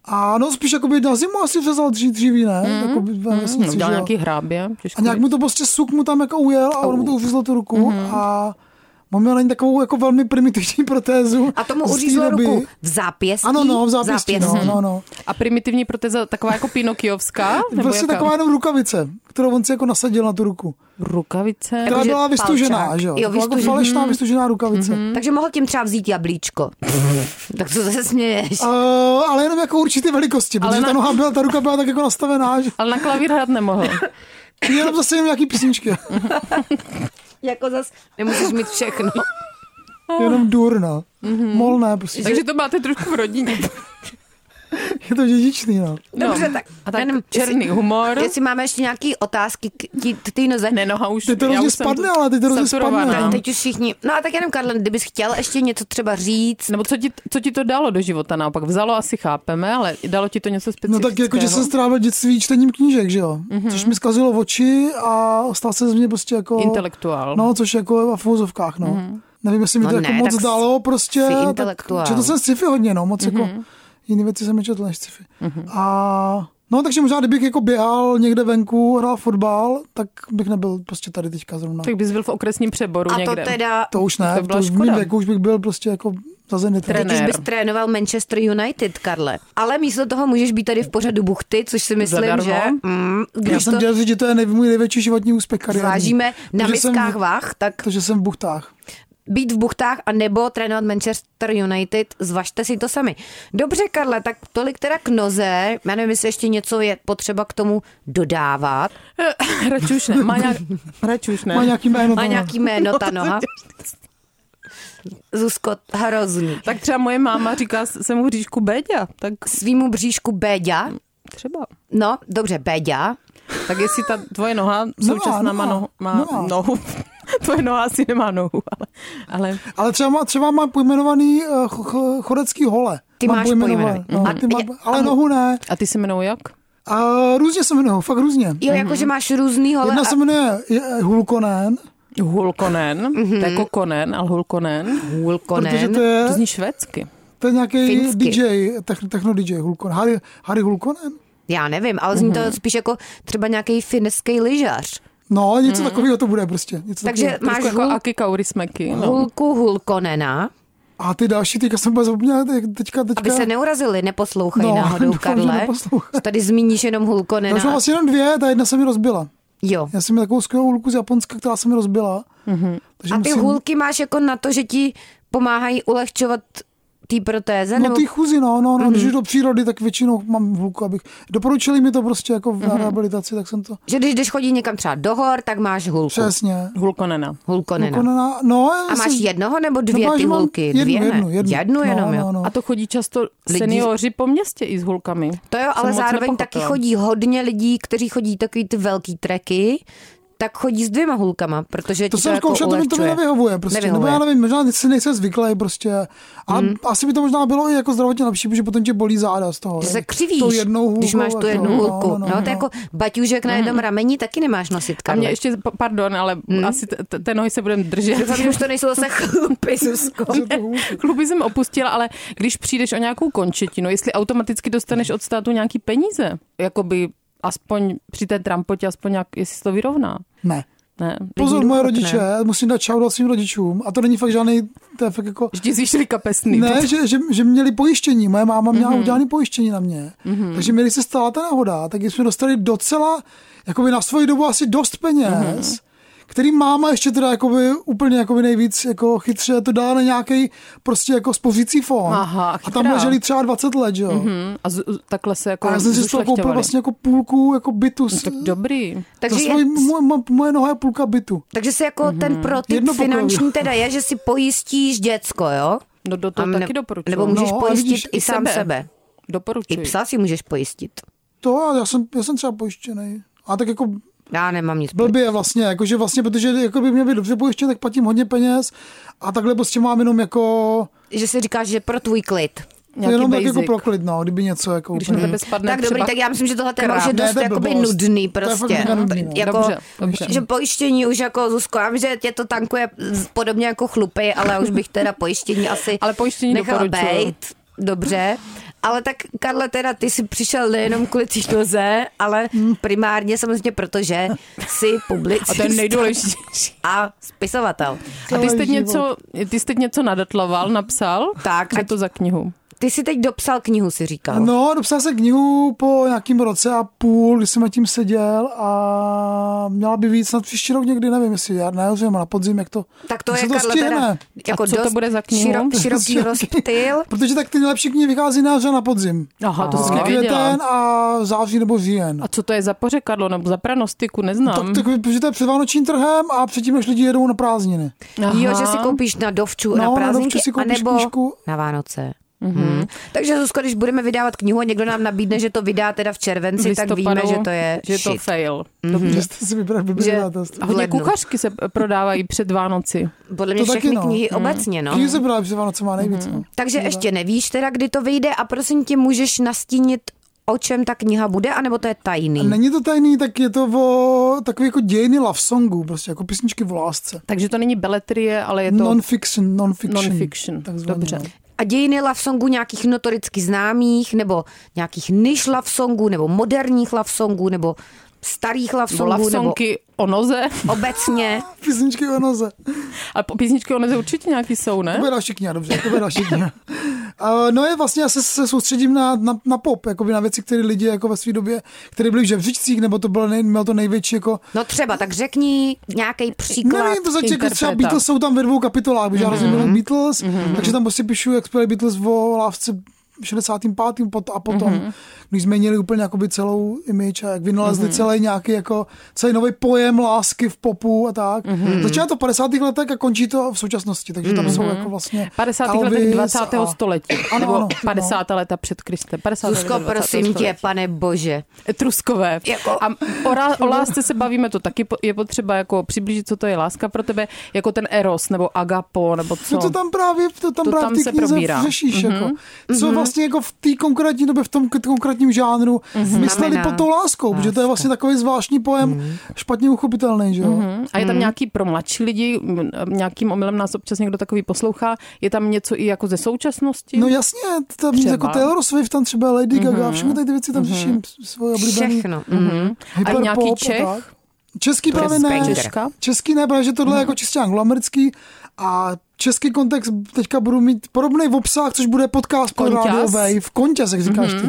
[SPEAKER 4] A no spíš jakoby na zimu asi přezal dřív, dříví, ne? Mm-hmm. Jakoby na vesnici,
[SPEAKER 3] Mhm. No, dělal
[SPEAKER 4] že jo.
[SPEAKER 3] nějaký hrábě. těžko
[SPEAKER 4] A nějak
[SPEAKER 3] říct.
[SPEAKER 4] mu to prostě suk mu tam jako ujel a on mu to uřízlo tu ruku
[SPEAKER 1] Mhm.
[SPEAKER 4] mm-hmm. a on měl na ní takovou jako velmi primitivní protézu.
[SPEAKER 1] A tomu
[SPEAKER 4] z té
[SPEAKER 1] uřízlo
[SPEAKER 4] doby.
[SPEAKER 1] ruku v zápěstí?
[SPEAKER 4] Ano, no, v zápěstí, no, no, no.
[SPEAKER 3] A primitivní proteza, taková jako pinokiovská? Nebo
[SPEAKER 4] Prostě
[SPEAKER 3] jaká?
[SPEAKER 4] taková jenom rukavice, kterou on si jako nasadil na tu ruku.
[SPEAKER 3] Rukavice?
[SPEAKER 4] Která
[SPEAKER 1] Jakože
[SPEAKER 4] byla vystužená,
[SPEAKER 1] palčák.
[SPEAKER 4] že jo?
[SPEAKER 1] Jo,
[SPEAKER 4] Taková jako
[SPEAKER 1] vystužená. Mhm.
[SPEAKER 4] falešná vystužená rukavice.
[SPEAKER 1] Mm-hmm. Takže mohl tím třeba vzít jablíčko. tak co se směješ?
[SPEAKER 4] Uh, ale jenom jako určité velikosti,
[SPEAKER 3] Ale
[SPEAKER 4] protože
[SPEAKER 3] na-
[SPEAKER 4] ta noha byla, ta ruka byla tak jako nastavená, že
[SPEAKER 3] Ale na klavír hrát nemohl.
[SPEAKER 4] jenom zase jenom nějaký písničky,
[SPEAKER 1] Mhm. jako zas nemůžeš mít všechno.
[SPEAKER 4] jenom dur, no.
[SPEAKER 1] Mhm.
[SPEAKER 4] Mol ne, prostě.
[SPEAKER 3] Takže to máte trošku v rodině.
[SPEAKER 4] Je to dědičný, no.
[SPEAKER 3] No.
[SPEAKER 1] Dobře, tak-
[SPEAKER 3] A
[SPEAKER 1] já
[SPEAKER 3] tak
[SPEAKER 1] nevím,
[SPEAKER 3] černý humor.
[SPEAKER 1] Jestli máme ještě nějaké otázky k ti, k té noze.
[SPEAKER 3] Ne, noha už...
[SPEAKER 4] Teď to
[SPEAKER 3] já
[SPEAKER 4] hrozně
[SPEAKER 3] už jsem
[SPEAKER 4] spadne, ale teď to hrozně
[SPEAKER 3] saturovaná.
[SPEAKER 4] spadne, no.
[SPEAKER 1] Teď už všichni. No a tak jenom, Karle, kdybys chtěl ještě něco třeba říct.
[SPEAKER 3] Nebo co ti, co ti to dalo do života naopak? Vzalo asi chápeme, ale dalo ti to něco
[SPEAKER 4] No
[SPEAKER 3] specifického.
[SPEAKER 4] tak jako, že jsem strávil dětství čtením knížek, že jo?
[SPEAKER 1] Mhm.
[SPEAKER 4] Mm-hmm. Což mi zkazilo oči a stal se z mě prostě jako...
[SPEAKER 3] Intelektuál.
[SPEAKER 4] No, což jako v vozovkách, no. Mm-hmm. Nevím, jestli mi
[SPEAKER 1] No
[SPEAKER 4] to jako
[SPEAKER 1] ne,
[SPEAKER 4] moc
[SPEAKER 1] tak
[SPEAKER 4] dalo, prostě.
[SPEAKER 1] jsi
[SPEAKER 4] tak-
[SPEAKER 1] intelektuál. Mhm.
[SPEAKER 4] Četl jsem sci-fi hodně, no, moc mm-hmm. jako jiné věci jsem nečetl než sci-fi. Mm-hmm. A no, takže možná, kdybych jako běhal někde venku, hrál fotbal, tak bych nebyl prostě tady teďka zrovna.
[SPEAKER 3] Tak bys byl v okresním přeboru
[SPEAKER 1] A
[SPEAKER 3] někde.
[SPEAKER 1] to teda,
[SPEAKER 4] To už ne,
[SPEAKER 3] to
[SPEAKER 4] to,
[SPEAKER 3] byla
[SPEAKER 4] to už v
[SPEAKER 3] škoda.
[SPEAKER 4] mém věku už bych byl prostě jako za Zenit.
[SPEAKER 3] Trenér.
[SPEAKER 1] když bys trénoval Manchester United, Karle. Ale místo toho můžeš být tady v pořadu Buchty, což si myslím,
[SPEAKER 3] Zadarmo.
[SPEAKER 1] že... Mm,
[SPEAKER 4] Já
[SPEAKER 1] když
[SPEAKER 4] jsem
[SPEAKER 1] to
[SPEAKER 4] chtěl říct, že to je nej, můj největší životní úspěch kariérní.
[SPEAKER 1] vážíme na
[SPEAKER 4] To, že jsem-
[SPEAKER 1] miskách vách, tak
[SPEAKER 4] To, že jsem v buchtách.
[SPEAKER 1] být v buchtách a nebo trénovat Manchester United, zvažte si to sami. Dobře, Karle, tak tolik teda k noze. Já nevím, jestli ještě něco je potřeba k tomu dodávat.
[SPEAKER 3] Radši už ne. Má nějak... Radši už ne.
[SPEAKER 4] Má nějaký jméno.
[SPEAKER 1] Má
[SPEAKER 4] to-
[SPEAKER 1] nějaký jméno ta noha? Zuzko, hrozný.
[SPEAKER 3] Tak třeba moje máma říká, jsem mu říšku Béďa, tak
[SPEAKER 1] Svýmu bříšku Béďa.
[SPEAKER 3] třeba.
[SPEAKER 1] No, dobře, Béďa.
[SPEAKER 3] Tak jestli ta tvoje noha současná má,
[SPEAKER 4] noha,
[SPEAKER 3] nohu, má
[SPEAKER 4] noha.
[SPEAKER 3] nohu, tvoje noha asi nemá nohu, ale, ale
[SPEAKER 4] Ale třeba, má, třeba mám pojmenovaný eh, cho- cho- chorecký hole.
[SPEAKER 1] Ty
[SPEAKER 4] mám
[SPEAKER 1] máš
[SPEAKER 4] pojmenované,
[SPEAKER 1] pojmenovaný.
[SPEAKER 4] No, ty
[SPEAKER 1] A-
[SPEAKER 4] mám, ale nohu ne.
[SPEAKER 3] a ty se jmenuje jak?
[SPEAKER 4] A různě se jmenují, fakt různě.
[SPEAKER 1] Jo, jako, že máš různý hole.
[SPEAKER 4] Jedna se jmenuje eh, Hulkonen,
[SPEAKER 3] Hulkonen,
[SPEAKER 1] Mhm.
[SPEAKER 3] mm-hmm. to je jako konen, ale Hulkonen,
[SPEAKER 4] protože
[SPEAKER 1] Hulkonen.
[SPEAKER 4] to je,
[SPEAKER 3] to zní švédsky.
[SPEAKER 4] to je nějaký
[SPEAKER 1] finsky.
[SPEAKER 4] DJ, techno, techno DJ Hulkonen. Harry, Harry Hulkonen? Mhm.
[SPEAKER 1] Já nevím, ale zní to spíš jako třeba nějaký finský lyžař.
[SPEAKER 4] No, něco mm. takového to bude prostě. Něco
[SPEAKER 1] Takže
[SPEAKER 4] takovýho.
[SPEAKER 1] máš
[SPEAKER 3] jako
[SPEAKER 1] hul,
[SPEAKER 3] Aki Kauri smeky. No.
[SPEAKER 1] hulku hulkonena,
[SPEAKER 4] A ty další, teďka jsem úplně zapomněl, teď- teďka, teďka.
[SPEAKER 1] aby se neurazili, neposlouchají
[SPEAKER 4] No,
[SPEAKER 1] náhodou,
[SPEAKER 4] doufám, že
[SPEAKER 1] Karle.
[SPEAKER 4] neposlouchají.
[SPEAKER 1] Tady zmíníš jenom
[SPEAKER 4] Já už mám
[SPEAKER 1] hulkonena.
[SPEAKER 4] vlastně jenom dvě, ta jedna se mi rozbila.
[SPEAKER 1] Jo.
[SPEAKER 4] Já jsem měl takovou skvělou hulku z Japonska, která se mi rozbila. Mm-hmm. Takže
[SPEAKER 1] Mhm. A ty
[SPEAKER 4] musím...
[SPEAKER 1] hulky máš jako na to, že ti pomáhají ulehčovat té protéze?
[SPEAKER 4] No
[SPEAKER 1] nebo... Mhm.
[SPEAKER 4] ty chuzi, no, no, no, mm-hmm. když jdu do přírody, tak většinou mám hulku, abych... Doporučili mi to prostě jako
[SPEAKER 1] Mhm.
[SPEAKER 4] v mm-hmm. rehabilitaci, tak jsem to...
[SPEAKER 1] Že když jdeš chodit někam třeba do hor, tak máš hulku.
[SPEAKER 4] Přesně.
[SPEAKER 3] Hulkonena.
[SPEAKER 1] Hulkonena.
[SPEAKER 4] Jako na- No, já
[SPEAKER 1] A máš
[SPEAKER 4] jsem-
[SPEAKER 1] jednoho nebo dvě
[SPEAKER 4] No, máš-
[SPEAKER 1] ty
[SPEAKER 4] mám
[SPEAKER 1] hulky?
[SPEAKER 4] Jednu,
[SPEAKER 1] dvě ne?
[SPEAKER 4] jednu, jednu.
[SPEAKER 1] jednu jenom,
[SPEAKER 4] no,
[SPEAKER 1] jo.
[SPEAKER 4] No, no.
[SPEAKER 3] A to chodí často Lidi... seniori po městě i s hulkami.
[SPEAKER 1] To jo, ale
[SPEAKER 3] moc
[SPEAKER 1] zároveň taky
[SPEAKER 3] nepochopila.
[SPEAKER 1] chodí hodně lidí, kteří chodí takový ty velký treky, tak chodí s dvěma hulkama, protože
[SPEAKER 4] To
[SPEAKER 1] ti
[SPEAKER 4] jsem
[SPEAKER 1] jako
[SPEAKER 4] zkoušel, to mi to mi
[SPEAKER 1] ulehčuje.
[SPEAKER 4] nevyhovuje prostě. Nevyhovuje.
[SPEAKER 1] Nevyhovuje. Mhm.
[SPEAKER 4] Nebo já nevím, možná si nejsem zvyklý prostě. A mm. asi by to možná bylo i jako zdravotně lepší, protože potom tě bolí záda z toho.
[SPEAKER 1] Že
[SPEAKER 4] ne?
[SPEAKER 1] se křivíš,
[SPEAKER 4] Tou jednou hulkou,
[SPEAKER 1] když máš tu
[SPEAKER 4] jako,
[SPEAKER 1] jednu hulku. No, to
[SPEAKER 4] no.
[SPEAKER 1] jako baťůžek na jednom rameni taky nemáš nosit,
[SPEAKER 3] A
[SPEAKER 1] Karle.
[SPEAKER 3] mě ještě, p- pardon, ale hmm. asi t- t- té nohy se budeme držet.
[SPEAKER 1] Doufám, že už to nejsou zase chlupy, Zuzko.
[SPEAKER 3] Kluby jsem opustila, ale když přijdeš o nějakou končetinu, jestli automaticky dostaneš od státu nějaký peníze, jakoby aspoň při té trampotě, aspoň nějak, jestli se to vyrovná.
[SPEAKER 4] Ne.
[SPEAKER 3] Ne.
[SPEAKER 4] Pozor,
[SPEAKER 1] Není
[SPEAKER 4] moje
[SPEAKER 1] důchodné.
[SPEAKER 4] rodiče, musím dát šaudat svým rodičům. A to není fakt žádný, to je fakt jako...
[SPEAKER 3] Vždy zjišli kapesný.
[SPEAKER 4] Ne, že, že, že měli pojištění. Moje máma
[SPEAKER 3] Mhm.
[SPEAKER 4] měla mm-hmm. udělané pojištění na mě. Mm-hmm. Takže měli se stala ta nehoda, tak jsme dostali docela, jakoby na svoji dobu asi dost peněz,
[SPEAKER 3] Mhm.
[SPEAKER 4] mm-hmm. který máma ještě teda jakoby úplně jakoby nejvíc jako chytře to dala na nějaký prostě jako spořící fond.
[SPEAKER 3] Aha,
[SPEAKER 4] a
[SPEAKER 3] chytrá.
[SPEAKER 4] tam leželi třeba 20 let, že jo. Mm-hmm.
[SPEAKER 3] Hm, A z, z- takhle se jako
[SPEAKER 4] A já jsem si z toho koupil
[SPEAKER 3] zušlechtěvali.
[SPEAKER 4] vlastně jako půlku jako bytu. s-
[SPEAKER 3] No Tak dobrý.
[SPEAKER 4] za
[SPEAKER 1] Takže, je,
[SPEAKER 4] svoji, moje, moje- moje noha je půlka bytu.
[SPEAKER 1] takže si jako ten protip
[SPEAKER 4] Jedno pokoje.
[SPEAKER 1] finanční teda je, že si pojistíš děcko, jo?
[SPEAKER 3] No do toho
[SPEAKER 1] A
[SPEAKER 3] taky doporučuji.
[SPEAKER 1] Nebo můžeš
[SPEAKER 4] No, a
[SPEAKER 1] pojistit
[SPEAKER 4] vidíš,
[SPEAKER 1] i
[SPEAKER 3] i
[SPEAKER 1] sám sebe.
[SPEAKER 3] sebe.
[SPEAKER 1] sebe. I
[SPEAKER 3] Doporučuji.
[SPEAKER 1] psa si můžeš pojistit.
[SPEAKER 4] To já jsem, já jsem třeba pojištěný. A tak jako
[SPEAKER 1] Já nemám nic proti.
[SPEAKER 4] Blbě vlastně, jakože vlastně, protože jako by mě být dobře pojištěn, tak platím hodně peněz a takhle prostě mám jenom jako,
[SPEAKER 1] Že si říkáš, že pro tvůj klid.
[SPEAKER 3] Nějaký
[SPEAKER 4] jenom tak
[SPEAKER 3] basic.
[SPEAKER 4] jako proklid, no, kdyby něco jako
[SPEAKER 3] Když na
[SPEAKER 4] úplně.
[SPEAKER 3] tebe spadne
[SPEAKER 1] tak dobrý,
[SPEAKER 3] třeba...
[SPEAKER 1] tak já myslím, že tohle téma už je
[SPEAKER 4] Ne,
[SPEAKER 1] dost
[SPEAKER 4] to je
[SPEAKER 1] jakoby
[SPEAKER 4] blbost.
[SPEAKER 1] nudný
[SPEAKER 4] To je fakt
[SPEAKER 1] prostě.
[SPEAKER 4] mega nudný,
[SPEAKER 1] No,
[SPEAKER 4] no.
[SPEAKER 1] jako,
[SPEAKER 3] Dobře, dobře.
[SPEAKER 1] Že pojištění už jako Zuzko, já vím, že tě to tankuje z- podobně jako chlupy, ale už bych teda pojištění asi
[SPEAKER 3] Ale pojištění
[SPEAKER 1] nechala
[SPEAKER 3] doporučuji.
[SPEAKER 1] bejt. Dobře, ale tak Karle, teda ty jsi přišel nejenom kvůli té noze, ale primárně samozřejmě proto, že jsi
[SPEAKER 3] Hmm. A to je
[SPEAKER 1] publicista
[SPEAKER 3] nejdůležitější.
[SPEAKER 1] a spisovatel.
[SPEAKER 3] A ty jsi, teď
[SPEAKER 4] Celý život.
[SPEAKER 3] něco, ty jsi teď něco nadatloval, napsal?
[SPEAKER 1] Tak,
[SPEAKER 3] Co
[SPEAKER 1] ať-
[SPEAKER 3] je to za knihu?
[SPEAKER 1] Ty jsi teď dopsal knihu, si říkal.
[SPEAKER 4] No, dopsal jsem knihu po nějakým roce a půl, když jsem nad tím seděl a měla by víc snad příští rok někdy, nevím, jestli já na jaře, na podzim, jak to
[SPEAKER 1] Tak to
[SPEAKER 4] jak
[SPEAKER 1] je,
[SPEAKER 4] se to
[SPEAKER 1] Karle, teda
[SPEAKER 4] stihne.
[SPEAKER 1] jako
[SPEAKER 3] A co to
[SPEAKER 1] dost
[SPEAKER 3] bude za knihu?
[SPEAKER 1] širo- široký rozptyl.
[SPEAKER 4] Protože tak ty nejlepší knihy vychází na jaře na podzim.
[SPEAKER 3] Aha, to jsem nevěděla.
[SPEAKER 4] Květen a září nebo říjen.
[SPEAKER 3] No, A co to je za pořekadlo nebo za pranostiku, neznám.
[SPEAKER 4] No, Tak, tak, protože to je před vánočním trhem a předtím, než lidi jedou na prázdniny.
[SPEAKER 3] Aha.
[SPEAKER 1] Jo, že si koupíš na dovču, na
[SPEAKER 4] No, na
[SPEAKER 1] prázdninky,
[SPEAKER 4] dovču si koupíš
[SPEAKER 1] anebo
[SPEAKER 4] knížku.
[SPEAKER 1] na Vánoce. Mm-hmm. Takže Zuzko, když budeme vydávat knihu a někdo nám nabídne, že to vydá teda v červenci, tak
[SPEAKER 3] listopadu,
[SPEAKER 1] víme, že to je
[SPEAKER 3] že je to
[SPEAKER 1] shit.
[SPEAKER 3] fail. Dobře.
[SPEAKER 4] Že jste si vybrali blbý
[SPEAKER 1] Že-
[SPEAKER 4] záležitost.
[SPEAKER 3] A hodně
[SPEAKER 1] lednu.
[SPEAKER 3] kuchařky se prodávají před Vánoci.
[SPEAKER 1] Podle mě
[SPEAKER 4] To taky
[SPEAKER 1] všechny
[SPEAKER 4] no.
[SPEAKER 1] knihy obecně, no.
[SPEAKER 4] Knihy se právě před Vánocema nejvíc.
[SPEAKER 3] Mhm.
[SPEAKER 4] Mm.
[SPEAKER 1] Takže ještě nevíš teda, kdy to vyjde a prosím tě, můžeš nastínit, o čem ta kniha bude, anebo to je tajný.
[SPEAKER 4] Není to tajný, tak je to o takový jako dějiny love songů, prostě jako písničky o lásce.
[SPEAKER 3] Takže to není beletrie, ale je to
[SPEAKER 4] Non-fiction, non-fiction.
[SPEAKER 3] non-fiction.
[SPEAKER 4] takzvaně,
[SPEAKER 3] Dobře.
[SPEAKER 4] no.
[SPEAKER 1] A dějiny love songů nějakých notoricky známých, nebo nějakých niž love songů, nebo moderních love songů, nebo starých love
[SPEAKER 3] Nebo
[SPEAKER 1] songů,
[SPEAKER 3] love
[SPEAKER 1] nebo
[SPEAKER 3] songy o noze,
[SPEAKER 1] obecně.
[SPEAKER 4] Písničky o noze.
[SPEAKER 3] Eh? ale po- písničky o noze určitě nějaký jsou,
[SPEAKER 4] To
[SPEAKER 3] ne?
[SPEAKER 4] bude další kniha, dobře, to bude další kniha. Uh, no je vlastně, já se, se soustředím na, na, na pop, jakoby na věci, které lidi jako ve své době, které byly v žebříčcích, nebo to bylo, nej, mělo to největší jako
[SPEAKER 1] No třeba, tak řekni nějaký příklad.
[SPEAKER 4] Nevím, No, to začít jako
[SPEAKER 3] interpreta.
[SPEAKER 4] třeba
[SPEAKER 3] Mhm.
[SPEAKER 4] Beatles jsou tam ve dvou kapitolách, protože mm-hmm. já hrozně miluji Beatles, mm-hmm. takže tam prostě píšu, jak zpěli Beatles o lávce 65. pot- a potom,
[SPEAKER 3] Mhm.
[SPEAKER 4] mm-hmm. když změnili úplně jakoby celou image a jak vynalezli mm-hmm. celý nějaký jako, celý nový pojem lásky v popu a tak.
[SPEAKER 3] Mhm.
[SPEAKER 4] Mm-hmm. Začíná to v 50. letech a končí to v současnosti, takže tam jsou jako vlastně
[SPEAKER 3] 50. Mhm. letech
[SPEAKER 4] Elvis
[SPEAKER 3] 20.
[SPEAKER 4] a-
[SPEAKER 3] století.
[SPEAKER 4] Ano, ano,
[SPEAKER 3] Nebo
[SPEAKER 4] no.
[SPEAKER 3] 50. leta před Kristem. 50.
[SPEAKER 1] Zuzko,
[SPEAKER 3] leta 20.
[SPEAKER 1] prosím tě,
[SPEAKER 3] století.
[SPEAKER 1] pane bože.
[SPEAKER 3] Etruskové.
[SPEAKER 1] Jako-
[SPEAKER 3] A o, rá- o lásce se bavíme, to taky po- je potřeba jako přiblížit, co to je láska pro tebe, jako ten eros nebo agapo, nebo co.
[SPEAKER 4] No to tam právě, to tam
[SPEAKER 3] To
[SPEAKER 4] právě
[SPEAKER 3] tam
[SPEAKER 4] v té
[SPEAKER 3] se
[SPEAKER 4] knize
[SPEAKER 3] probírá. Mhm.
[SPEAKER 4] řešíš, mm-hmm. jako. Co mm-hmm. vlastně jako v té konkrétní době, v tom k- konkrétním žánru mm-hmm.
[SPEAKER 3] Mhm.
[SPEAKER 4] mysleli
[SPEAKER 1] Znamená
[SPEAKER 4] pod tou láskou, protože to je vlastně takový zvláštní pojem, mm-hmm. špatně uchopitelný, že jo? Mm-hmm.
[SPEAKER 3] A
[SPEAKER 1] Mhm.
[SPEAKER 3] je tam nějaký pro mladší lidi, m, nějakým omylem nás občas někdo takový poslouchá, je tam něco i jako ze současnosti?
[SPEAKER 4] No jasně, tam
[SPEAKER 3] Třeba. Mhm.
[SPEAKER 4] jako Taylor Swift, tam třeba Lady Gaga, mm-hmm. všechny tady ty věci tam řeším, mm-hmm. svoje oblíbené.
[SPEAKER 1] Všechno. Mhm.
[SPEAKER 3] a nějaký Čech?
[SPEAKER 4] Český právě ne.
[SPEAKER 1] Respekt.
[SPEAKER 3] Češka?
[SPEAKER 4] Český ne, protože tohle je jako čistě angloamerický a český kontext teďka budu mít podobný v obsah, což bude podcast pro
[SPEAKER 3] Konťas.
[SPEAKER 4] Radio Wave. Konťas, jak říkáš ty.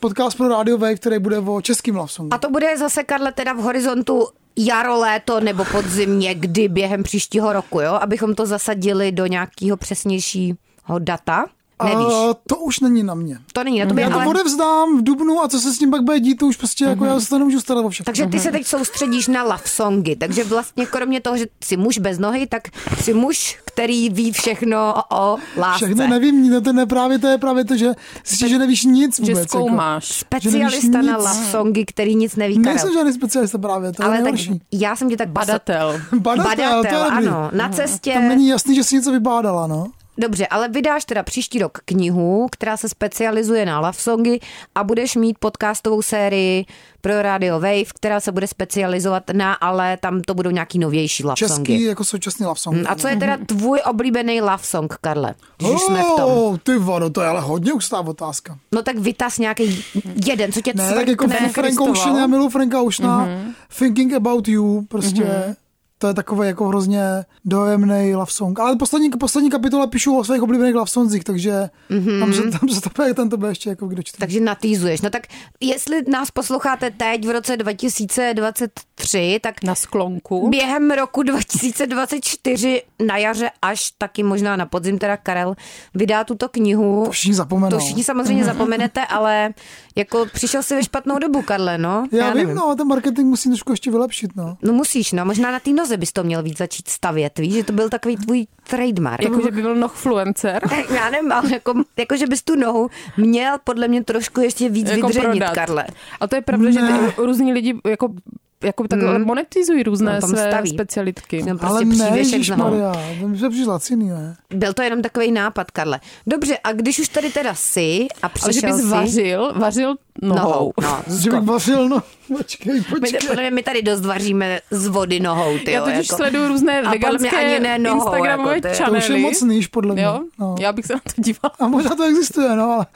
[SPEAKER 4] Podcast pro Radio Wave, který bude o českým love songu.
[SPEAKER 1] A to bude zase, Karle, teda v horizontu jaro, léto nebo podzim někdy během příštího roku, jo? Abychom to zasadili do nějakého přesnějšího data. Nevíš,
[SPEAKER 4] A to už není na mě.
[SPEAKER 1] to není na tobě,
[SPEAKER 4] Já to
[SPEAKER 1] ale...
[SPEAKER 4] odevzdám v Dubnu a co se s tím pak bude dít, to už prostě jako já se to nemůžu starat o všechno.
[SPEAKER 1] Takže ty se teď soustředíš na love songy, takže vlastně kromě toho, že jsi muž bez nohy, tak jsi muž, který ví všechno o lásce.
[SPEAKER 4] Všechno nevím, no to, ne, právě, to je právě to, že zjistíš, že nevíš nic
[SPEAKER 3] Že
[SPEAKER 4] vůbec.
[SPEAKER 1] jako
[SPEAKER 4] jako.
[SPEAKER 3] zkoumáš.
[SPEAKER 4] Že
[SPEAKER 1] Specialista
[SPEAKER 4] nevíš
[SPEAKER 1] na
[SPEAKER 4] nic.
[SPEAKER 1] love songy, který nic neví,
[SPEAKER 4] Jako.
[SPEAKER 1] Karel.
[SPEAKER 4] Nejsem žádný specialista právě, to je
[SPEAKER 1] ale tak
[SPEAKER 4] nejhorší.
[SPEAKER 1] já jsem tě tak basa-
[SPEAKER 3] Badatel.
[SPEAKER 4] Badatel,
[SPEAKER 1] Badatel,
[SPEAKER 4] to je dobrý. No,
[SPEAKER 1] ano, na cestě.
[SPEAKER 4] Tam není jasný, že jsi něco vybádala, no.
[SPEAKER 1] Dobře, ale vydáš teda příští rok knihu, která se specializuje na love songy a budeš mít podcastovou sérii pro Radio Wave, která se bude specializovat na, ale tam to budou nějaký novější love
[SPEAKER 4] Český
[SPEAKER 1] songy. Mm,
[SPEAKER 4] jako současný love song.
[SPEAKER 1] A co je teda tvůj oblíbený love song, Karle? Když už jsme v tom.
[SPEAKER 4] Oh, ty vado, to je ale hodně ústá otázka.
[SPEAKER 1] No tak vytaz nějaký jeden, co tě
[SPEAKER 4] Ne, tak jako
[SPEAKER 1] cvrkne.
[SPEAKER 4] Frank Ocean, já miluji Franka Oceana,
[SPEAKER 1] Mhm.
[SPEAKER 4] Thinking About You, prostě to je takový jako hrozně dojemný love song. Ale poslední, poslední kapitola píšu o svých oblíbených love songzích, takže tam, se, tam se to bude, tam to bude ještě jako kdo čte.
[SPEAKER 1] Takže natýzuješ. No Mhm. tak jestli nás posloucháte teď v roce 2023, tak
[SPEAKER 3] Na sklonku.
[SPEAKER 1] Během roku 2024 na jaře až taky možná na podzim teda Karel vydá tuto knihu.
[SPEAKER 4] To všichni zapomenou.
[SPEAKER 1] To všichni samozřejmě zapomenete, ale jako přišel si ve špatnou dobu, Karle, no.
[SPEAKER 4] Já, já vím, no, ten marketing musím trošku ještě vylepšit, no.
[SPEAKER 1] No musíš, no, možná na té noze bys to měl víc začít stavět, víš, že to byl takový tvůj trademark.
[SPEAKER 3] Jako, že by byl nohfluencer.
[SPEAKER 1] Já nevím, ale jako, jako, že bys tu nohu měl podle mě trošku ještě víc
[SPEAKER 3] Jako
[SPEAKER 1] vydřenit,
[SPEAKER 3] prodat.
[SPEAKER 1] Karle.
[SPEAKER 3] A to je pravda, že ty různí lidi jako jako takhle monetizují různé
[SPEAKER 1] Hmm. No, tam
[SPEAKER 3] své
[SPEAKER 1] staví.
[SPEAKER 3] specialitky.
[SPEAKER 1] No, prostě
[SPEAKER 4] Ale ne,
[SPEAKER 1] přívěšek za nohu.
[SPEAKER 4] Maria, to mi se přišla laciný, ne?
[SPEAKER 1] Byl to jenom takový nápad, Karle. Dobře, a když už tady teda jsi a
[SPEAKER 3] Ale že
[SPEAKER 1] přišel
[SPEAKER 3] bys
[SPEAKER 1] jsi...
[SPEAKER 3] vařil, vařil
[SPEAKER 1] nohou.
[SPEAKER 3] nohou.
[SPEAKER 1] No,
[SPEAKER 4] Že bych vařil, no, počkej,
[SPEAKER 1] My,
[SPEAKER 4] počkej.
[SPEAKER 1] podle mě my tady dost vaříme z vody nohou, ty
[SPEAKER 3] Já totiž
[SPEAKER 1] jako.
[SPEAKER 3] sleduju různé
[SPEAKER 1] A podle mě
[SPEAKER 3] veganské
[SPEAKER 1] ani ne nohou,
[SPEAKER 3] Instagramové
[SPEAKER 1] jako to je-
[SPEAKER 4] To
[SPEAKER 3] channely.
[SPEAKER 4] už je moc níž, podle mě.
[SPEAKER 3] Jo?
[SPEAKER 4] No.
[SPEAKER 3] Já bych se na to dívala.
[SPEAKER 4] A možná to existuje, no, ale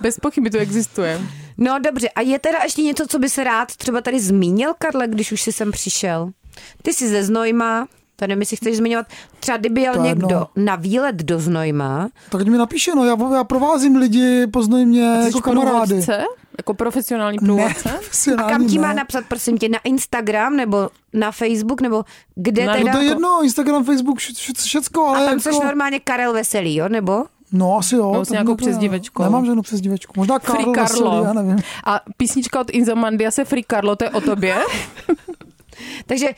[SPEAKER 3] Bez pochyby to existuje.
[SPEAKER 1] No dobře, a je teda ještě něco, co bys rád třeba tady zmínil, Karle, když už jsi sem přišel? Ty jsi ze Znojma, to nevím, jestli chceš zmiňovat, třeba kdyby jel
[SPEAKER 4] To je
[SPEAKER 1] někdo
[SPEAKER 4] jedno.
[SPEAKER 1] na výlet do Znojma,
[SPEAKER 4] tak ať mi napíše, no, já, já provázím lidi, poznají mě jako
[SPEAKER 3] Jsi
[SPEAKER 4] kamarády.
[SPEAKER 3] průvodce? Jako profesionální
[SPEAKER 4] Ne,
[SPEAKER 3] průvodce?
[SPEAKER 1] a kam ti
[SPEAKER 4] ne.
[SPEAKER 1] má napsat, prosím tě, na Instagram nebo na Facebook, nebo kde
[SPEAKER 3] Na-
[SPEAKER 1] teda?
[SPEAKER 4] No to je
[SPEAKER 1] jako-
[SPEAKER 4] jedno, Instagram, Facebook, vše- vše- všecko, ale
[SPEAKER 1] a tam jsi
[SPEAKER 4] jako...
[SPEAKER 1] normálně Karel Veselý, jo, nebo?
[SPEAKER 4] No asi jo.
[SPEAKER 3] Nebo s
[SPEAKER 4] to
[SPEAKER 3] nějakou
[SPEAKER 4] úplně,
[SPEAKER 3] přezdívečkou.
[SPEAKER 4] Nemám žádnou přezdívečku, možná Karlo,
[SPEAKER 3] Free
[SPEAKER 4] Karlo.
[SPEAKER 3] Karlo.
[SPEAKER 4] já nevím.
[SPEAKER 3] A písnička od Inzamandia se Free Karlo, to je o tobě?
[SPEAKER 1] Takže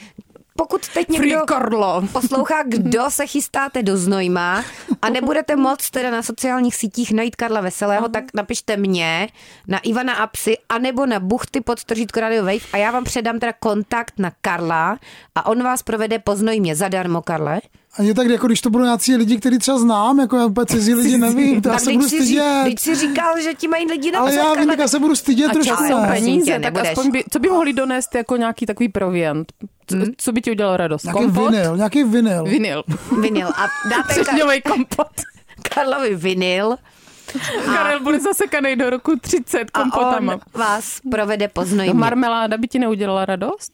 [SPEAKER 1] pokud teď
[SPEAKER 3] Free
[SPEAKER 1] někdo...
[SPEAKER 3] Karlo.
[SPEAKER 1] poslouchá, kdo se chystáte do Znojma a nebudete moc teda na sociálních sítích najít Karla Veselého, tak napište mě na Ivana Apsy anebo na buchty pod tržítko Radio Wave a já vám předám teda kontakt na Karla a on vás provede po Znojmě zadarmo, Karle.
[SPEAKER 4] A je tak, jako když to budou nějací lidi, který třeba znám, jako já úplně cizí lidi nevím, to já
[SPEAKER 1] Tak
[SPEAKER 4] se
[SPEAKER 1] když
[SPEAKER 4] budu
[SPEAKER 1] si, řík,
[SPEAKER 4] stydět.
[SPEAKER 1] když si říkal, že ti mají lidi
[SPEAKER 4] Ale
[SPEAKER 1] napsat,
[SPEAKER 4] já vím,
[SPEAKER 1] Karle,
[SPEAKER 4] tak já se budu stydět
[SPEAKER 1] A
[SPEAKER 4] trošku.
[SPEAKER 1] čau, jsou
[SPEAKER 4] ne.
[SPEAKER 1] peníze,
[SPEAKER 3] peníze, tak
[SPEAKER 1] nebudeš.
[SPEAKER 3] aspoň by, co by mohli donést jako nějaký takový proviant? Co,
[SPEAKER 1] Hmm?
[SPEAKER 3] co by ti udělalo radost?
[SPEAKER 4] Nějaký vinyl, nějaký vinyl.
[SPEAKER 3] Vinyl.
[SPEAKER 1] vinyl a dáte Kar-
[SPEAKER 3] Třešňový kompot.
[SPEAKER 1] Karlovi vinyl
[SPEAKER 3] Karel bude zasekaný do roku 30
[SPEAKER 1] a
[SPEAKER 3] kompotama.
[SPEAKER 1] on vás provede po
[SPEAKER 3] No,
[SPEAKER 1] Znojmě.
[SPEAKER 3] marmeláda by ti neudělala radost?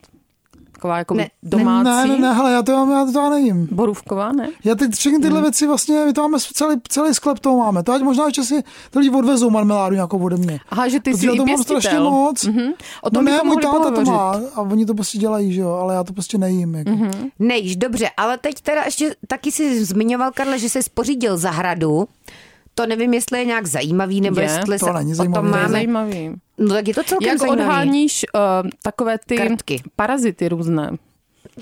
[SPEAKER 3] Taková jako
[SPEAKER 1] Ne,
[SPEAKER 4] Ne,
[SPEAKER 3] domácí?
[SPEAKER 4] ne, ne, hele, já to, mám, já to já nevím.
[SPEAKER 3] Borůvková, ne?
[SPEAKER 4] Já ty všechny
[SPEAKER 3] Hmm.
[SPEAKER 4] tyhle věci vlastně, my to máme celý, celý sklep toho máme. To ať možná ještě si ty lidi odvezou marmeládu nějakou ode mě.
[SPEAKER 3] Aha, že ty
[SPEAKER 4] Protože
[SPEAKER 3] jsi
[SPEAKER 4] já
[SPEAKER 3] i
[SPEAKER 4] to mám
[SPEAKER 3] pěstitel.
[SPEAKER 4] strašně moc.
[SPEAKER 3] Mhm. O tom
[SPEAKER 4] no ne,
[SPEAKER 3] bychom
[SPEAKER 4] můj
[SPEAKER 3] mohli
[SPEAKER 4] táta to
[SPEAKER 3] pohovořit. Mhm.
[SPEAKER 4] má a oni to prostě dělají, že jo, ale já to prostě nejím. Jako. Mm-hmm.
[SPEAKER 1] Nejíš, dobře, ale teď teda ještě taky jsi zmiňoval, Karle, že jsi spořídil zahradu. To nevím, jestli je nějak zajímavý, nebo
[SPEAKER 3] Je,
[SPEAKER 1] jestli
[SPEAKER 4] to
[SPEAKER 1] se
[SPEAKER 4] není
[SPEAKER 1] o
[SPEAKER 4] zajímavý. Jako
[SPEAKER 1] tom
[SPEAKER 4] To je
[SPEAKER 1] máme.
[SPEAKER 3] Zajímavý.
[SPEAKER 1] No tak je to celkem
[SPEAKER 3] Jak
[SPEAKER 1] zajímavý.
[SPEAKER 3] odháníš uh, takové ty
[SPEAKER 1] Krtky.
[SPEAKER 3] parazity různé?